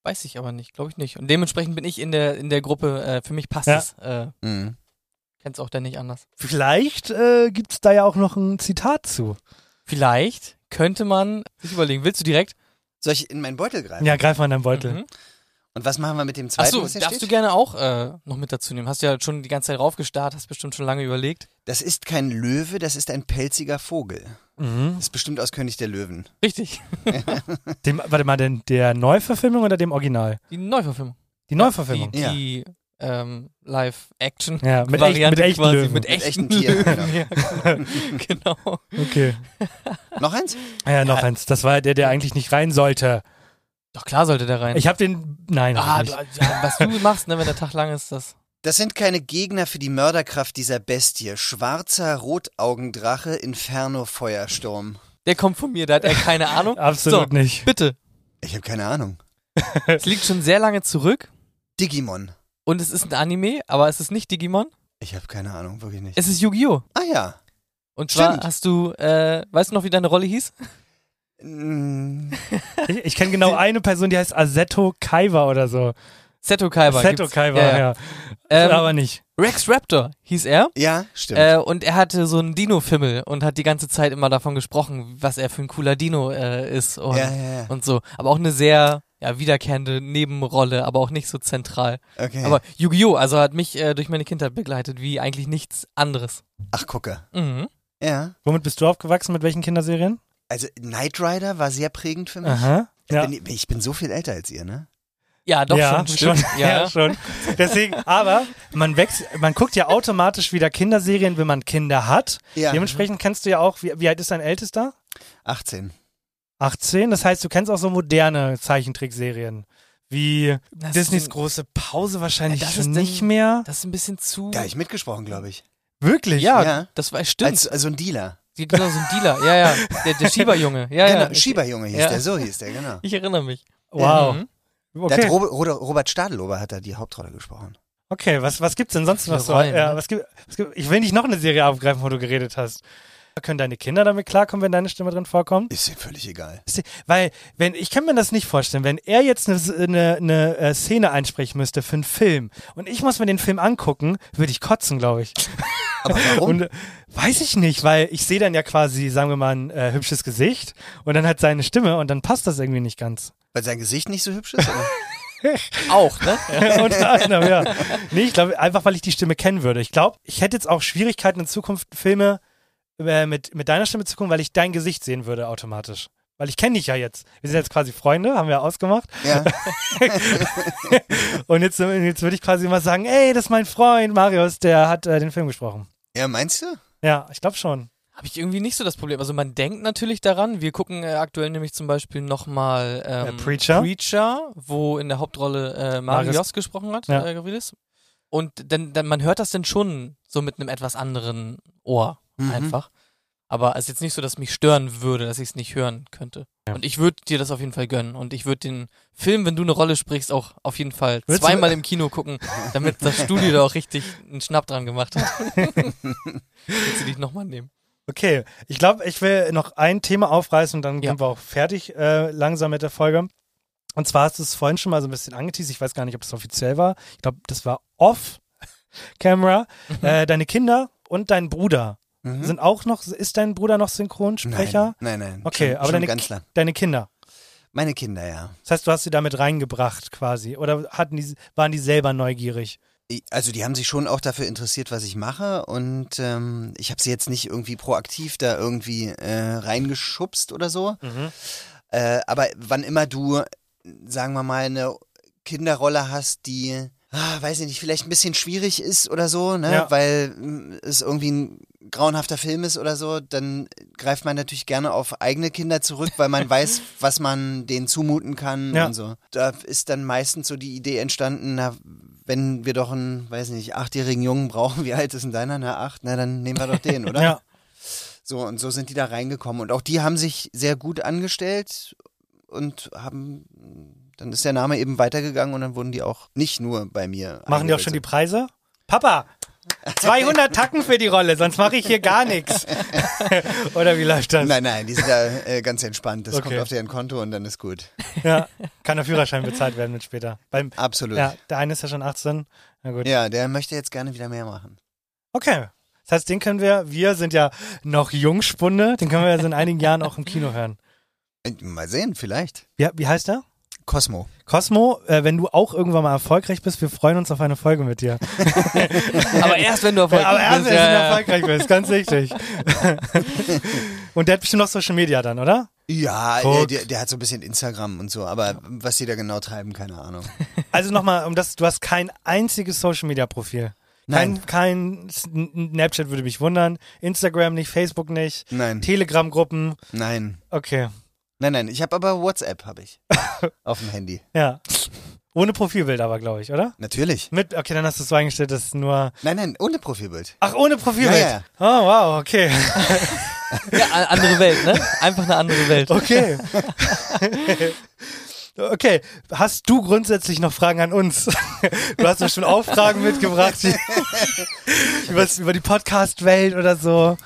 [SPEAKER 2] weiß ich aber nicht, glaube ich nicht. Und dementsprechend bin ich in der, in der Gruppe, äh, für mich passt
[SPEAKER 3] Ja.
[SPEAKER 2] es. Äh,
[SPEAKER 4] Mhm.
[SPEAKER 2] Kennst auch der nicht anders.
[SPEAKER 3] vielleicht äh, gibt es da ja auch noch ein Zitat zu.
[SPEAKER 2] Vielleicht könnte man sich überlegen, willst du direkt?
[SPEAKER 4] Soll ich in meinen Beutel greifen?
[SPEAKER 3] Ja, greif mal in deinen Beutel.
[SPEAKER 2] Mhm.
[SPEAKER 4] Und was machen wir mit dem zweiten,
[SPEAKER 2] Achso,
[SPEAKER 4] was hier
[SPEAKER 2] darfst du
[SPEAKER 4] steht?
[SPEAKER 2] gerne auch äh, noch mit dazu nehmen. Hast ja schon die ganze Zeit raufgestarrt, hast bestimmt schon lange überlegt.
[SPEAKER 4] Das ist kein Löwe, das ist ein pelziger Vogel.
[SPEAKER 3] Mhm.
[SPEAKER 4] Das ist bestimmt aus König der Löwen.
[SPEAKER 2] Richtig.
[SPEAKER 3] Dem, warte mal, denn der Neuverfilmung oder dem Original?
[SPEAKER 2] Die Neuverfilmung.
[SPEAKER 3] Die Neuverfilmung.
[SPEAKER 2] Die, die ähm, Live-Action.
[SPEAKER 3] Ja, mit, echt, mit
[SPEAKER 2] Variante
[SPEAKER 3] echten
[SPEAKER 2] quasi,
[SPEAKER 3] Löwen.
[SPEAKER 2] Mit
[SPEAKER 4] Mit
[SPEAKER 2] echten,
[SPEAKER 4] echten Tieren, genau.
[SPEAKER 2] Löwen. Ja, genau.
[SPEAKER 3] okay.
[SPEAKER 4] Noch eins?
[SPEAKER 3] Ja, noch eins. Das war der, der eigentlich nicht rein sollte.
[SPEAKER 2] Doch klar sollte der rein.
[SPEAKER 3] Ich habe den. Nein, hab
[SPEAKER 2] ah,
[SPEAKER 3] ich
[SPEAKER 2] du,
[SPEAKER 3] nicht.
[SPEAKER 2] ja, was du machst, ne, wenn der Tag lang ist, das.
[SPEAKER 4] Das sind keine Gegner für die Mörderkraft dieser Bestie. Schwarzer Rotaugendrache, Inferno, Feuersturm.
[SPEAKER 2] Der kommt von mir, da hat er keine Ahnung.
[SPEAKER 3] Absolut
[SPEAKER 2] So.
[SPEAKER 3] nicht.
[SPEAKER 2] Bitte.
[SPEAKER 4] Ich habe keine Ahnung.
[SPEAKER 2] Es liegt schon sehr lange zurück
[SPEAKER 4] Digimon.
[SPEAKER 2] und es ist ein Anime, aber es ist nicht Digimon.
[SPEAKER 4] Ich habe keine Ahnung, wirklich nicht.
[SPEAKER 2] Es ist Yu-Gi-Oh!
[SPEAKER 4] ah ja.
[SPEAKER 2] Und zwar
[SPEAKER 4] Stimmt.
[SPEAKER 2] hast du, äh, weißt du noch, wie deine Rolle hieß?
[SPEAKER 4] Mm,
[SPEAKER 3] Ich, ich kenne genau eine Person, die heißt Aseto Kaiba oder so.
[SPEAKER 2] Seto Kaiba.
[SPEAKER 3] Aseto
[SPEAKER 2] gibt's.
[SPEAKER 3] Kaiba,
[SPEAKER 2] Ja,
[SPEAKER 3] ja.
[SPEAKER 2] ja. Ähm,
[SPEAKER 3] aber nicht.
[SPEAKER 2] Rex Raptor hieß er.
[SPEAKER 4] Ja, stimmt.
[SPEAKER 2] Äh, und er hatte so einen Dino-Fimmel und hat die ganze Zeit immer davon gesprochen, was er für ein cooler Dino äh, ist und,
[SPEAKER 4] ja, ja, ja.
[SPEAKER 2] und so. Aber auch eine sehr ja, wiederkehrende Nebenrolle, aber auch nicht so zentral.
[SPEAKER 4] Okay.
[SPEAKER 2] Aber Yu-Gi-Oh! also hat mich äh, durch meine Kindheit begleitet, wie eigentlich nichts anderes.
[SPEAKER 4] Ach, gucke.
[SPEAKER 2] Mhm.
[SPEAKER 4] Ja.
[SPEAKER 3] Womit bist du aufgewachsen? Mit welchen Kinderserien?
[SPEAKER 4] Also, Knight Rider war sehr prägend für mich.
[SPEAKER 3] Aha. Ja,
[SPEAKER 4] Bin, ich bin so viel älter als ihr, ne?
[SPEAKER 2] Ja, doch
[SPEAKER 3] ja,
[SPEAKER 2] schon. stimmt.
[SPEAKER 3] Ja.
[SPEAKER 2] Ja.
[SPEAKER 3] schon. Deswegen, aber man wächst, man guckt ja automatisch wieder Kinderserien, wenn man Kinder hat.
[SPEAKER 4] Ja.
[SPEAKER 3] Dementsprechend kennst du ja auch, wie, wie alt ist dein Ältester?
[SPEAKER 4] 18.
[SPEAKER 3] 18, das heißt, du kennst auch so moderne Zeichentrickserien. Wie
[SPEAKER 2] Das
[SPEAKER 3] Disneys
[SPEAKER 2] ist-
[SPEAKER 3] große Pause wahrscheinlich
[SPEAKER 2] Das
[SPEAKER 3] schon
[SPEAKER 2] ist denn-
[SPEAKER 3] nicht mehr.
[SPEAKER 2] Das ist ein bisschen zu.
[SPEAKER 4] Da habe ich mitgesprochen, glaube ich.
[SPEAKER 3] Wirklich?
[SPEAKER 2] ja,
[SPEAKER 4] ja.
[SPEAKER 2] das war stimmt.
[SPEAKER 4] Als, als so ein Dealer.
[SPEAKER 2] Die- genau, so ein Dealer. Ja, ja. Der, der Schieberjunge. Ja,
[SPEAKER 4] genau,
[SPEAKER 2] ja. Ich,
[SPEAKER 4] Schieberjunge hieß
[SPEAKER 2] ja.
[SPEAKER 4] der, so hieß der, genau.
[SPEAKER 2] ich erinnere mich.
[SPEAKER 3] Wow.
[SPEAKER 2] Mhm.
[SPEAKER 4] Da hat
[SPEAKER 3] Okay,
[SPEAKER 4] Robert, Robert Stadelober hat da die Hauptrolle gesprochen.
[SPEAKER 3] okay was, was gibt's denn sonst noch
[SPEAKER 2] Viele
[SPEAKER 3] so?
[SPEAKER 2] Rollen,
[SPEAKER 3] ja,
[SPEAKER 2] ne?
[SPEAKER 3] was gibt, was gibt, ich will nicht noch eine Serie aufgreifen, wo du geredet hast. Können deine Kinder damit klarkommen, wenn deine Stimme drin vorkommt?
[SPEAKER 4] Ist ihm völlig egal.
[SPEAKER 3] Wisst ihr, Weil, wenn, ich kann mir das nicht vorstellen, wenn er jetzt eine, eine, eine äh, Szene einsprechen müsste für einen Film und ich muss mir den Film angucken, würde ich kotzen, glaube ich.
[SPEAKER 4] Aber warum?
[SPEAKER 3] Und äh, weiß ich nicht, weil ich sehe dann ja quasi, sagen wir mal, ein äh, hübsches Gesicht und dann hat seine Stimme und dann passt das irgendwie nicht ganz.
[SPEAKER 4] Weil sein Gesicht nicht so hübsch ist? oder?
[SPEAKER 2] Auch, ne?
[SPEAKER 3] Unter anderem, ja. Nee, ich glaube, einfach weil ich die Stimme kennen würde. Ich glaube, ich hätte jetzt auch Schwierigkeiten in Zukunft Filme äh, mit, mit deiner Stimme zu gucken, weil ich dein Gesicht sehen würde automatisch. Weil ich kenne dich ja jetzt. Wir sind jetzt quasi Freunde, haben wir ausgemacht.
[SPEAKER 4] ja.
[SPEAKER 3] Und jetzt, jetzt würde ich quasi immer sagen, ey, das ist mein Freund Marius, der hat äh, den Film gesprochen.
[SPEAKER 4] ja, meinst du?
[SPEAKER 3] Ja, ich glaube schon.
[SPEAKER 2] Habe ich irgendwie nicht so das Problem. Also man denkt natürlich daran. Wir gucken äh, aktuell nämlich zum Beispiel nochmal ähm,
[SPEAKER 3] Äh, Preacher.
[SPEAKER 2] Preacher, wo in der Hauptrolle äh,
[SPEAKER 3] Marius-
[SPEAKER 2] Marius gesprochen hat,
[SPEAKER 3] Ja.
[SPEAKER 2] äh, Gavrilis. Und dann, dann, man hört das denn schon so mit einem etwas anderen Ohr
[SPEAKER 4] Mhm.
[SPEAKER 2] einfach. Aber es ist jetzt nicht so, dass mich stören würde, dass ich es nicht hören könnte.
[SPEAKER 3] Ja.
[SPEAKER 2] Und ich würde dir das auf jeden Fall gönnen. Und ich würde den Film, wenn du eine Rolle sprichst, auch auf jeden Fall
[SPEAKER 3] Würdest du-
[SPEAKER 2] zweimal im Kino gucken, damit das Studio da auch richtig einen Schnapp dran gemacht hat. Willst du dich nochmal nehmen?
[SPEAKER 3] Okay, ich glaube, ich will noch ein Thema aufreißen und dann
[SPEAKER 2] Ja.
[SPEAKER 3] sind wir auch fertig äh, langsam mit der Folge. Und zwar hast du es vorhin schon mal so ein bisschen angeteased. Ich weiß gar nicht, ob es offiziell war. Ich glaube, das war off-camera. äh, deine Kinder und dein Bruder
[SPEAKER 4] Mhm.
[SPEAKER 3] sind auch noch, ist dein Bruder noch Synchronsprecher?
[SPEAKER 4] Nein, nein. nein.
[SPEAKER 3] Okay,
[SPEAKER 4] schon,
[SPEAKER 3] aber
[SPEAKER 4] schon
[SPEAKER 3] deine,
[SPEAKER 4] ganz lang.
[SPEAKER 3] deine Kinder.
[SPEAKER 4] Meine Kinder, ja.
[SPEAKER 3] Das heißt, du hast sie damit reingebracht quasi. Oder hatten die, waren die selber neugierig?
[SPEAKER 4] Ich- Also die haben sich schon auch dafür interessiert, was ich mache und ähm, ich habe sie jetzt nicht irgendwie proaktiv da irgendwie äh, reingeschubst oder so.
[SPEAKER 3] Mhm.
[SPEAKER 4] Äh, aber wann immer du, sagen wir mal, eine Kinderrolle hast, die, ah, weiß ich nicht, vielleicht ein bisschen schwierig ist oder so, ne?
[SPEAKER 3] Ja.
[SPEAKER 4] weil mm, es irgendwie ein grauenhafter Film ist oder so, dann greift man natürlich gerne auf eigene Kinder zurück, weil man weiß, was man denen zumuten kann
[SPEAKER 3] Ja.
[SPEAKER 4] und so. Da ist dann meistens so die Idee entstanden, na, wenn wir doch einen, weiß nicht, achtjährigen Jungen brauchen, wie alt ist denn deiner? Na, acht, na, dann nehmen wir doch den, oder?
[SPEAKER 3] Ja.
[SPEAKER 4] So, und so sind die da reingekommen. Und auch die haben sich sehr gut angestellt und haben, dann ist der Name eben weitergegangen und dann wurden die auch nicht nur bei mir.
[SPEAKER 3] Machen die auch schon die Preise? Papa, 200 Tacken für die Rolle, sonst mache ich hier gar nichts. Oder wie läuft das?
[SPEAKER 4] Nein, nein, die sind da äh, ganz entspannt. Das
[SPEAKER 3] Okay.
[SPEAKER 4] kommt auf deren Konto und dann ist gut.
[SPEAKER 3] Ja, kann der Führerschein bezahlt werden mit später. Beim,
[SPEAKER 4] Absolut.
[SPEAKER 3] ja, der eine ist ja schon 18. Na gut.
[SPEAKER 4] Ja, der möchte jetzt gerne wieder mehr machen.
[SPEAKER 3] Okay. Das heißt, den können wir, wir sind ja noch Jungspunde, den können wir also in einigen Jahren auch im Kino hören.
[SPEAKER 4] Äh, Mal sehen, vielleicht.
[SPEAKER 3] Ja, wie heißt der?
[SPEAKER 4] Cosmo.
[SPEAKER 3] Cosmo, äh, wenn du auch irgendwann mal erfolgreich bist, wir freuen uns auf eine Folge mit dir.
[SPEAKER 2] Aber erst wenn du erfolgreich
[SPEAKER 3] Aber erst,
[SPEAKER 2] bist.
[SPEAKER 3] wenn
[SPEAKER 2] ja,
[SPEAKER 3] du
[SPEAKER 2] ja.
[SPEAKER 3] erfolgreich bist, ganz wichtig. Und der hat bestimmt noch Social Media dann, oder?
[SPEAKER 4] Ja,
[SPEAKER 3] Guck.
[SPEAKER 4] äh, der, der hat so ein bisschen Instagram und so, aber was die da genau treiben, keine Ahnung.
[SPEAKER 3] Also nochmal, um das, du hast kein einziges Social Media Profil. Kein,
[SPEAKER 4] Nein.
[SPEAKER 3] kein Sn- Snapchat würde mich wundern. Instagram nicht, Facebook nicht,
[SPEAKER 4] Nein,
[SPEAKER 3] Telegram-Gruppen.
[SPEAKER 4] nein.
[SPEAKER 3] Okay,
[SPEAKER 4] Nein, nein, ich habe aber WhatsApp, habe ich. auf dem Handy.
[SPEAKER 3] ja. Ohne Profilbild aber, glaube ich, oder?
[SPEAKER 4] Natürlich.
[SPEAKER 3] Mit, okay, dann hast du es so eingestellt, dass nur.
[SPEAKER 4] Nein, nein, ohne Profilbild.
[SPEAKER 3] Ach, ohne Profilbild.
[SPEAKER 4] Ja, ja.
[SPEAKER 3] Oh, wow, okay.
[SPEAKER 2] ja, a- andere Welt, ne? Einfach eine andere Welt.
[SPEAKER 3] Okay. Okay, hast du grundsätzlich noch Fragen an uns? Du hast doch schon auch Fragen mitgebracht die, über, über die Podcast-Welt oder so.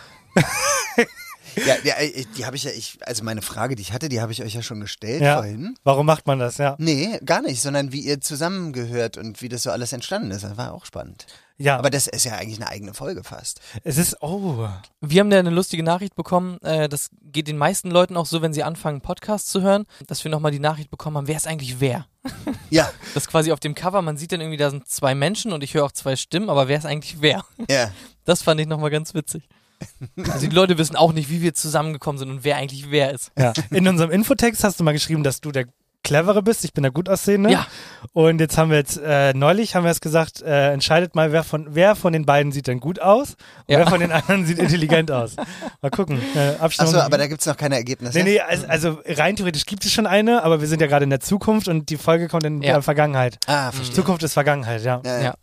[SPEAKER 4] Ja, ja äh, die habe ich ja, ich, also meine Frage, die ich hatte, die habe ich euch ja schon gestellt
[SPEAKER 3] Ja.
[SPEAKER 4] vorhin.
[SPEAKER 3] Warum macht man das, ja?
[SPEAKER 4] Nee, gar nicht, sondern wie ihr zusammengehört und wie das so alles entstanden ist. Das war auch spannend.
[SPEAKER 3] Ja,
[SPEAKER 4] Aber das ist ja eigentlich eine eigene Folge fast.
[SPEAKER 3] es ist, oh,
[SPEAKER 2] Wir haben da eine lustige Nachricht bekommen. Äh, das geht den meisten Leuten auch so, wenn sie anfangen, Podcasts zu hören, dass wir nochmal die Nachricht bekommen haben, wer ist eigentlich wer?
[SPEAKER 4] Ja,
[SPEAKER 2] Das ist quasi auf dem Cover, man sieht dann irgendwie, da sind zwei Menschen und ich höre auch zwei Stimmen, aber wer ist eigentlich wer?
[SPEAKER 4] ja.
[SPEAKER 2] Das fand ich nochmal ganz witzig. Also die Leute wissen auch nicht, wie wir zusammengekommen sind und wer eigentlich wer ist.
[SPEAKER 3] ja. In unserem Infotext hast du mal geschrieben, dass du der Clevere bist, ich bin der Gutaussehende.
[SPEAKER 2] Ja.
[SPEAKER 3] Und jetzt haben wir jetzt, äh, neulich haben wir es gesagt, äh, entscheidet mal, wer von, wer von den beiden sieht denn gut aus und
[SPEAKER 2] Ja.
[SPEAKER 3] wer von den anderen sieht intelligent aus. Mal gucken, äh, Abstimmung.
[SPEAKER 4] Achso, aber da gibt's noch keine Ergebnisse.
[SPEAKER 3] Nee, nee, also, also rein theoretisch gibt es schon eine, aber wir sind ja gerade in der Zukunft und die Folge kommt in
[SPEAKER 2] Ja.
[SPEAKER 3] der Vergangenheit.
[SPEAKER 4] Ah, verstehe.
[SPEAKER 3] Zukunft ist Vergangenheit, ja.
[SPEAKER 4] Äh,
[SPEAKER 2] Ja.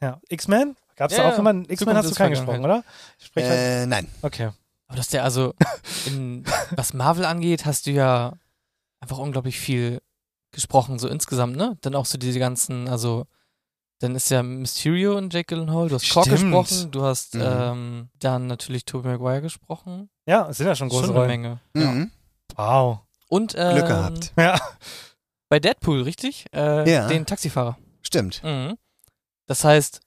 [SPEAKER 3] ja. X-Men? Gab's
[SPEAKER 2] Ja,
[SPEAKER 3] da auch
[SPEAKER 2] ja.
[SPEAKER 3] jemanden? X-Men
[SPEAKER 2] Zukunft
[SPEAKER 3] hast du
[SPEAKER 2] ist
[SPEAKER 3] keinen gesprochen, oder? Ich spreche halt.
[SPEAKER 4] Äh, nein.
[SPEAKER 3] Okay.
[SPEAKER 2] Aber dass der also, in, was Marvel angeht, hast du ja einfach unglaublich viel gesprochen, so insgesamt, ne? Dann auch so diese ganzen, also, dann ist ja Mysterio und Jake Gyllenhaal, du hast Kork
[SPEAKER 3] Stimmt.
[SPEAKER 2] gesprochen, du hast
[SPEAKER 4] Mhm.
[SPEAKER 2] ähm, dann natürlich Tobey Maguire gesprochen.
[SPEAKER 3] Ja, es sind ja schon große
[SPEAKER 2] Schon eine
[SPEAKER 3] Rollen.
[SPEAKER 2] Menge.
[SPEAKER 4] Mhm.
[SPEAKER 3] Wow.
[SPEAKER 2] Und ähm,
[SPEAKER 4] Glück gehabt.
[SPEAKER 3] Ja.
[SPEAKER 2] bei Deadpool, richtig? Äh,
[SPEAKER 4] Ja.
[SPEAKER 2] Den Taxifahrer.
[SPEAKER 4] Stimmt.
[SPEAKER 2] Mhm. Das heißt,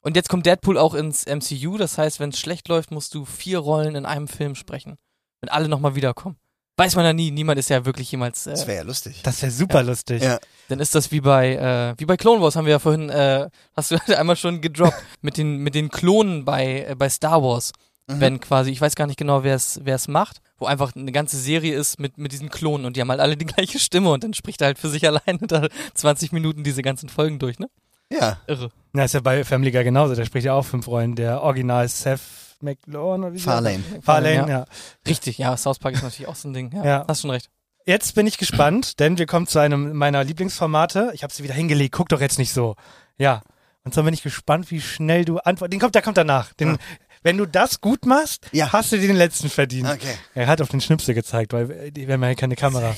[SPEAKER 2] und jetzt kommt Deadpool auch ins MCU, das heißt, wenn es schlecht läuft, musst du vier Rollen in einem Film sprechen. Wenn alle nochmal wiederkommen. Weiß man ja nie, niemand ist ja wirklich jemals.
[SPEAKER 4] Das
[SPEAKER 2] Äh,
[SPEAKER 4] wäre ja lustig.
[SPEAKER 3] Das wäre super lustig.
[SPEAKER 4] Ja.
[SPEAKER 2] dann ist das wie bei äh, wie bei Clone Wars, haben wir ja vorhin, äh, hast du einmal schon gedroppt, mit den, mit den Klonen bei, äh, bei Star Wars.
[SPEAKER 4] Mhm.
[SPEAKER 2] Wenn quasi, ich weiß gar nicht genau, wer es wer es macht, wo einfach eine ganze Serie ist mit, mit diesen Klonen und die haben halt alle die gleiche Stimme und dann spricht er halt für sich alleine da 20 Minuten diese ganzen Folgen durch, ne?
[SPEAKER 4] Ja.
[SPEAKER 2] Irre.
[SPEAKER 3] Na, ist ja bei Family Guy genauso. Der spricht ja auch fünf Rollen. Der Original Seth MacLaurin oder wie sie heißt.
[SPEAKER 4] Farlane.
[SPEAKER 3] Farlane, ja.
[SPEAKER 2] Richtig, ja, South Park ist natürlich auch so ein Ding. Ja,
[SPEAKER 3] Ja.
[SPEAKER 2] hast schon recht.
[SPEAKER 3] Jetzt bin ich gespannt, denn wir kommen zu einem meiner Lieblingsformate. Ich habe sie wieder hingelegt. Guck doch jetzt nicht so. Ja. Und zwar bin ich gespannt, wie schnell du antwortest. Den kommt, der kommt danach. Den, Wenn du das gut machst,
[SPEAKER 4] Ja.
[SPEAKER 3] hast du dir den letzten verdient.
[SPEAKER 4] Okay.
[SPEAKER 3] Er hat auf den Schnipsel gezeigt, weil äh, die- wir haben ja keine Kamera.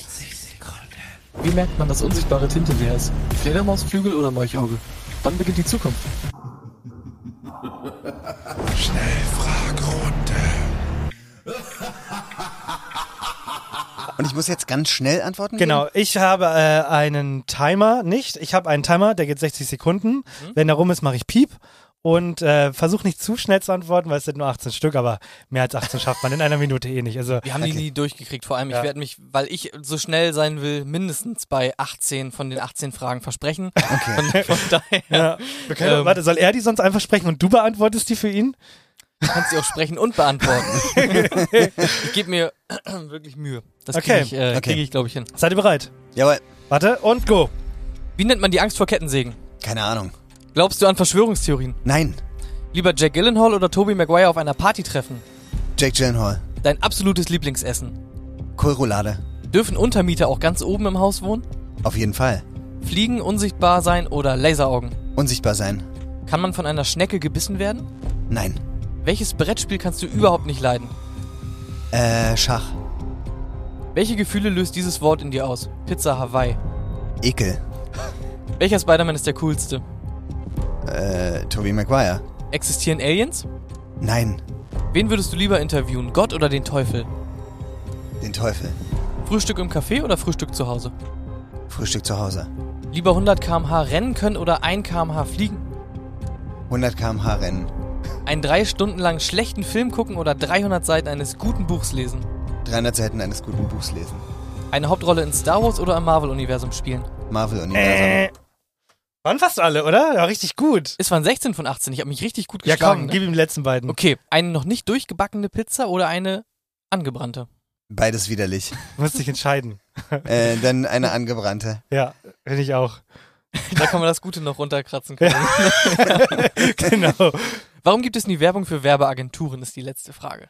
[SPEAKER 11] Wie merkt man, dass unsichtbare Tinte leer ist? Fledermausflügel oder Molchauge? Wann beginnt die Zukunft?
[SPEAKER 4] Und ich muss jetzt ganz schnell antworten?
[SPEAKER 3] Genau, ich habe äh, einen Timer nicht. Ich habe einen Timer, der geht 60 Sekunden.
[SPEAKER 2] Mhm.
[SPEAKER 3] Wenn er rum ist, mache ich Piep. Und äh, versuch nicht zu schnell zu antworten, weil es sind nur 18 Stück, aber mehr als 18 schafft man in einer Minute eh nicht. Also
[SPEAKER 2] Wir haben die nie durchgekriegt. Vor allem,
[SPEAKER 3] Ja.
[SPEAKER 2] ich werde mich, weil ich so schnell sein will, mindestens bei 18 von den 18 Fragen versprechen. Okay. Von, von daher
[SPEAKER 3] Ja. Wir können,
[SPEAKER 2] Ähm.
[SPEAKER 3] warte, soll er die sonst einfach sprechen und du beantwortest die für ihn?
[SPEAKER 2] kannst du auch sprechen und beantworten. ich gebe mir wirklich Mühe. Das
[SPEAKER 3] Okay.
[SPEAKER 2] kriege ich, äh,
[SPEAKER 4] Okay.
[SPEAKER 2] krieg ich glaube ich, hin.
[SPEAKER 3] Seid ihr bereit?
[SPEAKER 4] Jawohl.
[SPEAKER 3] Warte und go.
[SPEAKER 2] Wie nennt man die Angst vor Kettensägen?
[SPEAKER 4] Keine Ahnung.
[SPEAKER 2] Glaubst du an Verschwörungstheorien?
[SPEAKER 4] Nein.
[SPEAKER 2] Lieber Jack Gyllenhaal oder Tobey Maguire auf einer Party treffen?
[SPEAKER 4] Jake Gyllenhaal.
[SPEAKER 2] Dein absolutes Lieblingsessen?
[SPEAKER 4] Kohlroulade.
[SPEAKER 2] Dürfen Untermieter auch ganz oben im Haus wohnen?
[SPEAKER 4] Auf jeden Fall.
[SPEAKER 2] Fliegen, unsichtbar sein oder Laseraugen?
[SPEAKER 4] Unsichtbar sein.
[SPEAKER 2] Kann man von einer Schnecke gebissen werden?
[SPEAKER 4] Nein.
[SPEAKER 2] Welches Brettspiel kannst du überhaupt nicht leiden?
[SPEAKER 4] Äh, Schach.
[SPEAKER 2] Welche Gefühle löst dieses Wort in dir aus? Pizza Hawaii.
[SPEAKER 4] Ekel.
[SPEAKER 2] Welcher Spider-Man ist der coolste?
[SPEAKER 4] Äh, Tobey Maguire.
[SPEAKER 2] Existieren Aliens?
[SPEAKER 4] Nein,
[SPEAKER 2] Wen würdest du lieber interviewen, Gott oder den Teufel?
[SPEAKER 4] den Teufel.
[SPEAKER 2] Frühstück im Café oder Frühstück zu Hause?
[SPEAKER 4] Frühstück zu Hause.
[SPEAKER 2] Lieber 100 km/h rennen können oder 1 km/h fliegen?
[SPEAKER 4] 100 km/h rennen.
[SPEAKER 2] Einen drei Stunden lang schlechten Film gucken oder 300 Seiten eines guten Buchs lesen?
[SPEAKER 4] 300 Seiten eines guten Buchs lesen.
[SPEAKER 2] Eine Hauptrolle in Star Wars oder im Marvel-Universum spielen?
[SPEAKER 4] Marvel-Universum.
[SPEAKER 3] Äh. Waren fast alle, oder? Ja, richtig gut.
[SPEAKER 2] Es waren 16 von 18. Ich habe mich richtig gut
[SPEAKER 3] Ja,
[SPEAKER 2] geschlagen.
[SPEAKER 3] komm,
[SPEAKER 2] ne?
[SPEAKER 3] gib ihm die letzten beiden.
[SPEAKER 2] Okay, eine noch nicht durchgebackene Pizza oder eine angebrannte?
[SPEAKER 4] Beides widerlich.
[SPEAKER 3] Du musst dich entscheiden.
[SPEAKER 4] äh, dann eine angebrannte.
[SPEAKER 3] Ja, finde ich auch.
[SPEAKER 2] Da kann man das Gute noch runterkratzen. Können.
[SPEAKER 3] genau.
[SPEAKER 2] Warum gibt es nie Werbung für Werbeagenturen, ist die letzte Frage.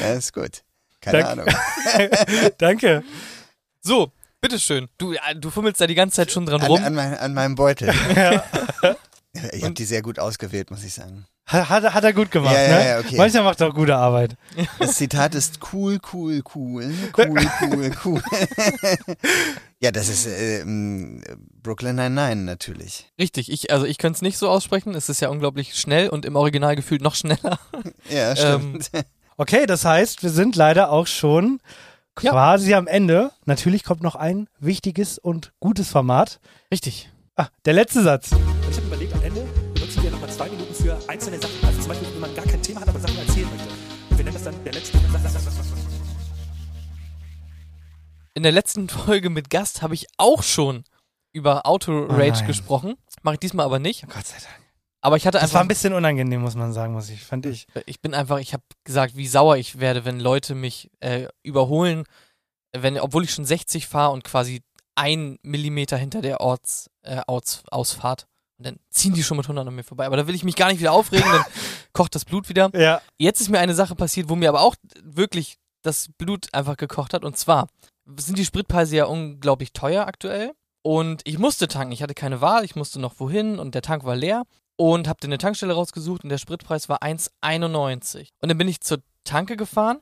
[SPEAKER 4] Ja, ist gut. Keine
[SPEAKER 3] Dank-
[SPEAKER 4] Ahnung.
[SPEAKER 3] Danke.
[SPEAKER 2] So, bitteschön. Du, äh, du fummelst da die ganze Zeit schon dran
[SPEAKER 4] An,
[SPEAKER 2] rum.
[SPEAKER 4] an, mein, an meinem Beutel.
[SPEAKER 3] Ja.
[SPEAKER 4] Ich habe die sehr gut ausgewählt, muss ich sagen.
[SPEAKER 3] Hat, hat, er- hat er gut gemacht,
[SPEAKER 4] Ja, ja,
[SPEAKER 3] ne?
[SPEAKER 4] ja, okay.
[SPEAKER 3] Manchmal macht er auch gute Arbeit.
[SPEAKER 4] Das Zitat ist cool, cool, cool, cool, cool, cool. ja, das ist äh, m, Brooklyn Nine-Nine natürlich.
[SPEAKER 2] Richtig, ich, also ich könnte es nicht so aussprechen. Es ist ja unglaublich schnell und im Original gefühlt noch schneller.
[SPEAKER 4] Ja,
[SPEAKER 2] Ähm,
[SPEAKER 4] stimmt.
[SPEAKER 3] Okay, das heißt, wir sind leider auch schon
[SPEAKER 2] Ja.
[SPEAKER 3] quasi am Ende. Natürlich kommt noch ein wichtiges und gutes Format.
[SPEAKER 2] Richtig.
[SPEAKER 3] Ah, der letzte Satz. Oh
[SPEAKER 6] Ich habe überlegt, am Ende benutzen wir nochmal zwei Minuten für einzelne Sachen. Also zum Beispiel, wenn man gar kein Thema hat, aber Sachen erzählen möchte. Und wir nennen das dann der letzte.
[SPEAKER 2] In der letzten Folge mit Gast habe ich auch schon über
[SPEAKER 3] Oh
[SPEAKER 2] Auto-Rage
[SPEAKER 3] nein.
[SPEAKER 2] gesprochen. Mache ich diesmal aber nicht.
[SPEAKER 3] Gott sei Dank.
[SPEAKER 2] Aber ich hatte
[SPEAKER 3] Das war
[SPEAKER 2] einfach.
[SPEAKER 3] ein bisschen unangenehm, muss man sagen, muss ich, fand ich.
[SPEAKER 2] Ich bin einfach, ich habe gesagt, wie sauer ich werde, wenn Leute mich äh, überholen, wenn, obwohl ich schon 60 fahre und quasi ein Millimeter hinter der Orts, äh, Aus, Ausfahrt. Und dann ziehen die schon mit 100 an mir vorbei. Aber da will ich mich gar nicht wieder aufregen, dann kocht das Blut wieder.
[SPEAKER 3] Ja.
[SPEAKER 2] Jetzt ist mir eine Sache passiert, wo mir aber auch wirklich das Blut einfach gekocht hat. Und zwar sind die Spritpreise ja unglaublich teuer aktuell. Und ich musste tanken. Ich hatte keine Wahl. Ich musste noch wohin und der Tank war leer. Und habe dann eine Tankstelle rausgesucht und der Spritpreis war 1,91. Und dann bin ich zur Tanke gefahren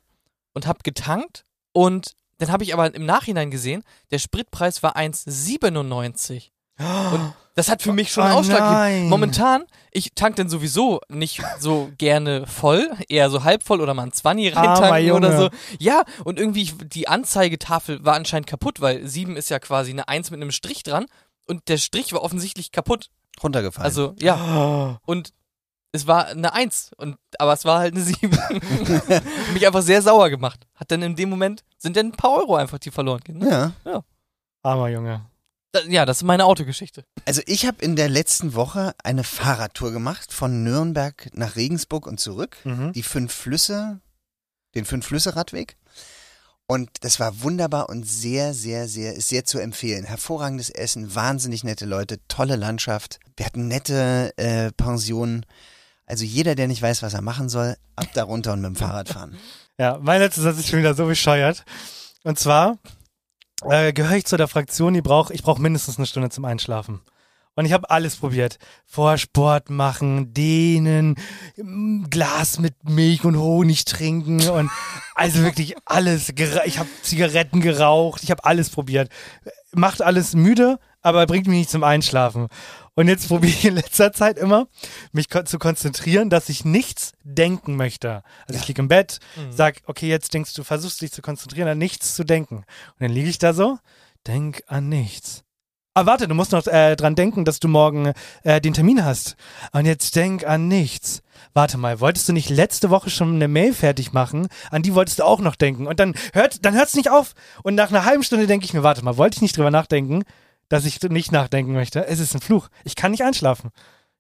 [SPEAKER 2] und habe getankt. Und dann habe ich aber im Nachhinein gesehen, der Spritpreis war 1,97. Und das hat für mich schon
[SPEAKER 3] Ah. Oh
[SPEAKER 2] einen Ausschlag
[SPEAKER 3] nein.
[SPEAKER 2] gegeben. Momentan, ich tank denn sowieso nicht so gerne voll, eher so halb voll oder mal ein 20
[SPEAKER 3] Armer
[SPEAKER 2] reintanken
[SPEAKER 3] Junge.
[SPEAKER 2] oder so. Ja, und irgendwie ich, die Anzeigetafel war anscheinend kaputt, weil 7 ist ja quasi eine 1 mit einem Strich dran und der Strich war offensichtlich kaputt.
[SPEAKER 4] Runtergefallen.
[SPEAKER 2] Also, ja,
[SPEAKER 3] Oh.
[SPEAKER 2] und es war eine 1 und aber es war halt eine 7. Mich einfach sehr sauer gemacht. Hat dann in dem Moment sind dann ein paar Euro einfach die verloren gehen. Ne?
[SPEAKER 4] ja.
[SPEAKER 3] Armer Junge.
[SPEAKER 2] Da- Ja, das ist meine Autogeschichte.
[SPEAKER 4] Also ich habe in der letzten Woche eine Fahrradtour gemacht von Nürnberg nach Regensburg und zurück.
[SPEAKER 3] Mhm.
[SPEAKER 4] Die fünf Flüsse, den fünf Flüsse Radweg. Und das war wunderbar und sehr, sehr, sehr, ist sehr zu empfehlen. Hervorragendes Essen, wahnsinnig nette Leute, tolle Landschaft. Wir hatten nette äh, Pensionen. Also jeder, der nicht weiß, was er machen soll, ab da runter und mit dem Fahrrad fahren.
[SPEAKER 3] Ja, mein letzter Satz ist schon wieder so bescheuert. Und zwar äh, gehöre ich zu der Fraktion, die braucht, ich brauche mindestens eine Stunde zum Einschlafen. Und ich habe alles probiert. Vorher Sport machen, dehnen, mm, Glas mit Milch und Honig trinken und also wirklich alles. Gera- Ich habe Zigaretten geraucht, ich habe alles probiert. Macht alles müde, aber bringt mich nicht zum Einschlafen. Und jetzt probiere ich in letzter Zeit immer, mich kon zu konzentrieren, dass ich nichts denken möchte. Also ich liege im Bett, sag, okay, jetzt denkst du, versuchst dich zu konzentrieren, an nichts zu denken. Und dann liege ich da so, denk an nichts. Ah, warte, du musst noch äh, dran denken, dass du morgen äh, den Termin hast. Und jetzt denk an nichts. Warte mal, wolltest du nicht letzte Woche schon eine Mail fertig machen? An die wolltest du auch noch denken. Und dann hört, dann hört's nicht auf. Und nach einer halben Stunde denke ich mir, warte mal, wollte ich nicht drüber nachdenken, dass ich nicht nachdenken möchte? Es ist ein Fluch. Ich kann nicht einschlafen.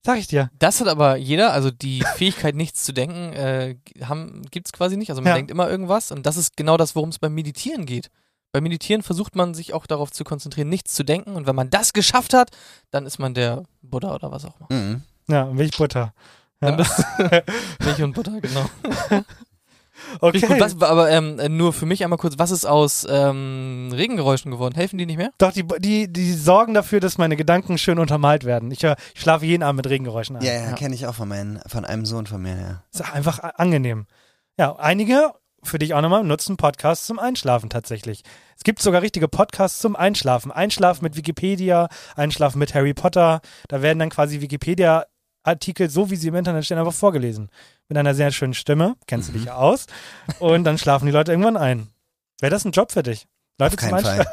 [SPEAKER 3] Sag ich dir.
[SPEAKER 2] Das hat aber jeder, also die Fähigkeit, nichts zu denken, äh, gibt es quasi nicht. Also man
[SPEAKER 3] Ja.
[SPEAKER 2] denkt immer irgendwas und das ist genau das, worum es beim Meditieren geht. Beim Meditieren versucht man sich auch darauf zu konzentrieren, nichts zu denken und wenn man das geschafft hat, dann ist man der Buddha oder was auch immer.
[SPEAKER 4] Mhm.
[SPEAKER 3] Ja, Milchbutter. Ja.
[SPEAKER 2] Dann bist Milch und Butter, genau.
[SPEAKER 3] Okay.
[SPEAKER 2] Finde ich Gut, was, aber ähm, äh, nur für mich einmal kurz, was ist aus ähm, Regengeräuschen geworden? Helfen die nicht mehr?
[SPEAKER 3] Doch, die, die, die sorgen dafür, dass meine Gedanken schön untermalt werden. Ich, hör, ich schlafe jeden Abend mit Regengeräuschen ein.
[SPEAKER 4] Ja, ja, kenne ich auch von, meinen, von einem Sohn von mir, ja.
[SPEAKER 3] Ist einfach a- angenehm. Ja, einige für dich auch nochmal, nutzen Podcasts zum Einschlafen tatsächlich. Es gibt sogar richtige Podcasts zum Einschlafen. Einschlafen mit Wikipedia, Einschlafen mit Harry Potter. Da werden dann quasi Wikipedia-Artikel, so wie sie im Internet stehen, einfach vorgelesen. Mit einer sehr schönen Stimme, kennst
[SPEAKER 4] Mhm.
[SPEAKER 3] du dich ja aus. Und dann schlafen die Leute irgendwann ein. Wäre das ein Job für dich? Leute
[SPEAKER 4] Auf keinen Fall.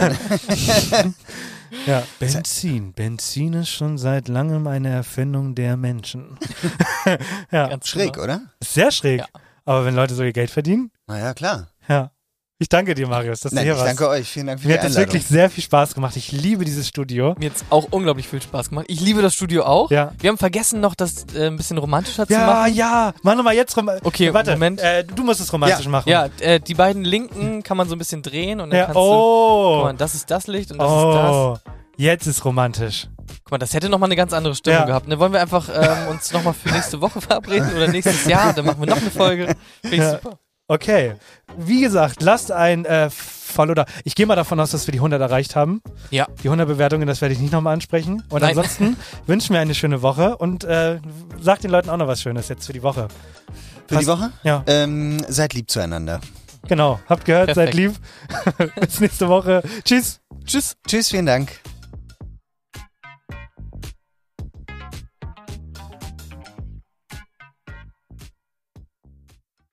[SPEAKER 3] Einschlafen. ja, Benzin. Benzin ist schon seit langem eine Erfindung der Menschen. ja.
[SPEAKER 2] Ganz
[SPEAKER 4] Schräg,
[SPEAKER 2] genau.
[SPEAKER 4] oder?
[SPEAKER 3] Sehr schräg. Aber wenn Leute so ihr Geld verdienen,
[SPEAKER 4] Naja, klar.
[SPEAKER 3] ja. Ich danke dir, Marius, dass
[SPEAKER 4] Nein,
[SPEAKER 3] du hier
[SPEAKER 4] ich
[SPEAKER 3] warst.
[SPEAKER 4] danke euch. Vielen Dank für
[SPEAKER 3] Mir
[SPEAKER 4] die
[SPEAKER 3] hat es
[SPEAKER 4] Einladung.
[SPEAKER 3] wirklich sehr viel Spaß gemacht. Ich liebe dieses Studio.
[SPEAKER 2] Mir jetzt auch unglaublich viel Spaß gemacht. Ich liebe das Studio auch.
[SPEAKER 3] Ja.
[SPEAKER 2] Wir haben vergessen noch, das äh, ein bisschen romantischer zu
[SPEAKER 3] Ja,
[SPEAKER 2] machen.
[SPEAKER 3] ja. Mach nochmal jetzt rum.
[SPEAKER 2] Okay,
[SPEAKER 3] Warte,
[SPEAKER 2] Moment.
[SPEAKER 3] Äh, du musst es romantisch
[SPEAKER 2] ja.
[SPEAKER 3] machen.
[SPEAKER 2] Ja, äh, die beiden linken kann man so ein bisschen drehen und dann
[SPEAKER 3] Ja,
[SPEAKER 2] kannst du.
[SPEAKER 3] oh.
[SPEAKER 2] Guck mal, das ist das Licht und das
[SPEAKER 3] oh. Jetzt ist romantisch.
[SPEAKER 2] ist das. Guck mal, das hätte nochmal eine ganz andere Stimmung
[SPEAKER 3] Ja.
[SPEAKER 2] gehabt. Ne? Wollen wir einfach ähm, uns nochmal für nächste Woche verabreden oder nächstes Jahr? Dann machen wir noch eine Folge. Finde ich
[SPEAKER 3] Ja.
[SPEAKER 2] super.
[SPEAKER 3] Okay. Wie gesagt, lasst ein äh, Follow da. Ich gehe mal davon aus, dass wir die 100 erreicht haben.
[SPEAKER 2] Ja.
[SPEAKER 3] Die 100 Bewertungen, das werde ich nicht nochmal ansprechen. Und
[SPEAKER 2] Nein.
[SPEAKER 3] ansonsten wünschen wir eine schöne Woche und äh, sagt den Leuten auch noch was Schönes jetzt für die Woche.
[SPEAKER 4] Für die Woche?
[SPEAKER 3] Ja.
[SPEAKER 4] Ähm, seid lieb zueinander.
[SPEAKER 3] Genau. Habt gehört, seid lieb. Bis nächste Woche. Tschüss.
[SPEAKER 2] Tschüss.
[SPEAKER 4] Tschüss, vielen Dank.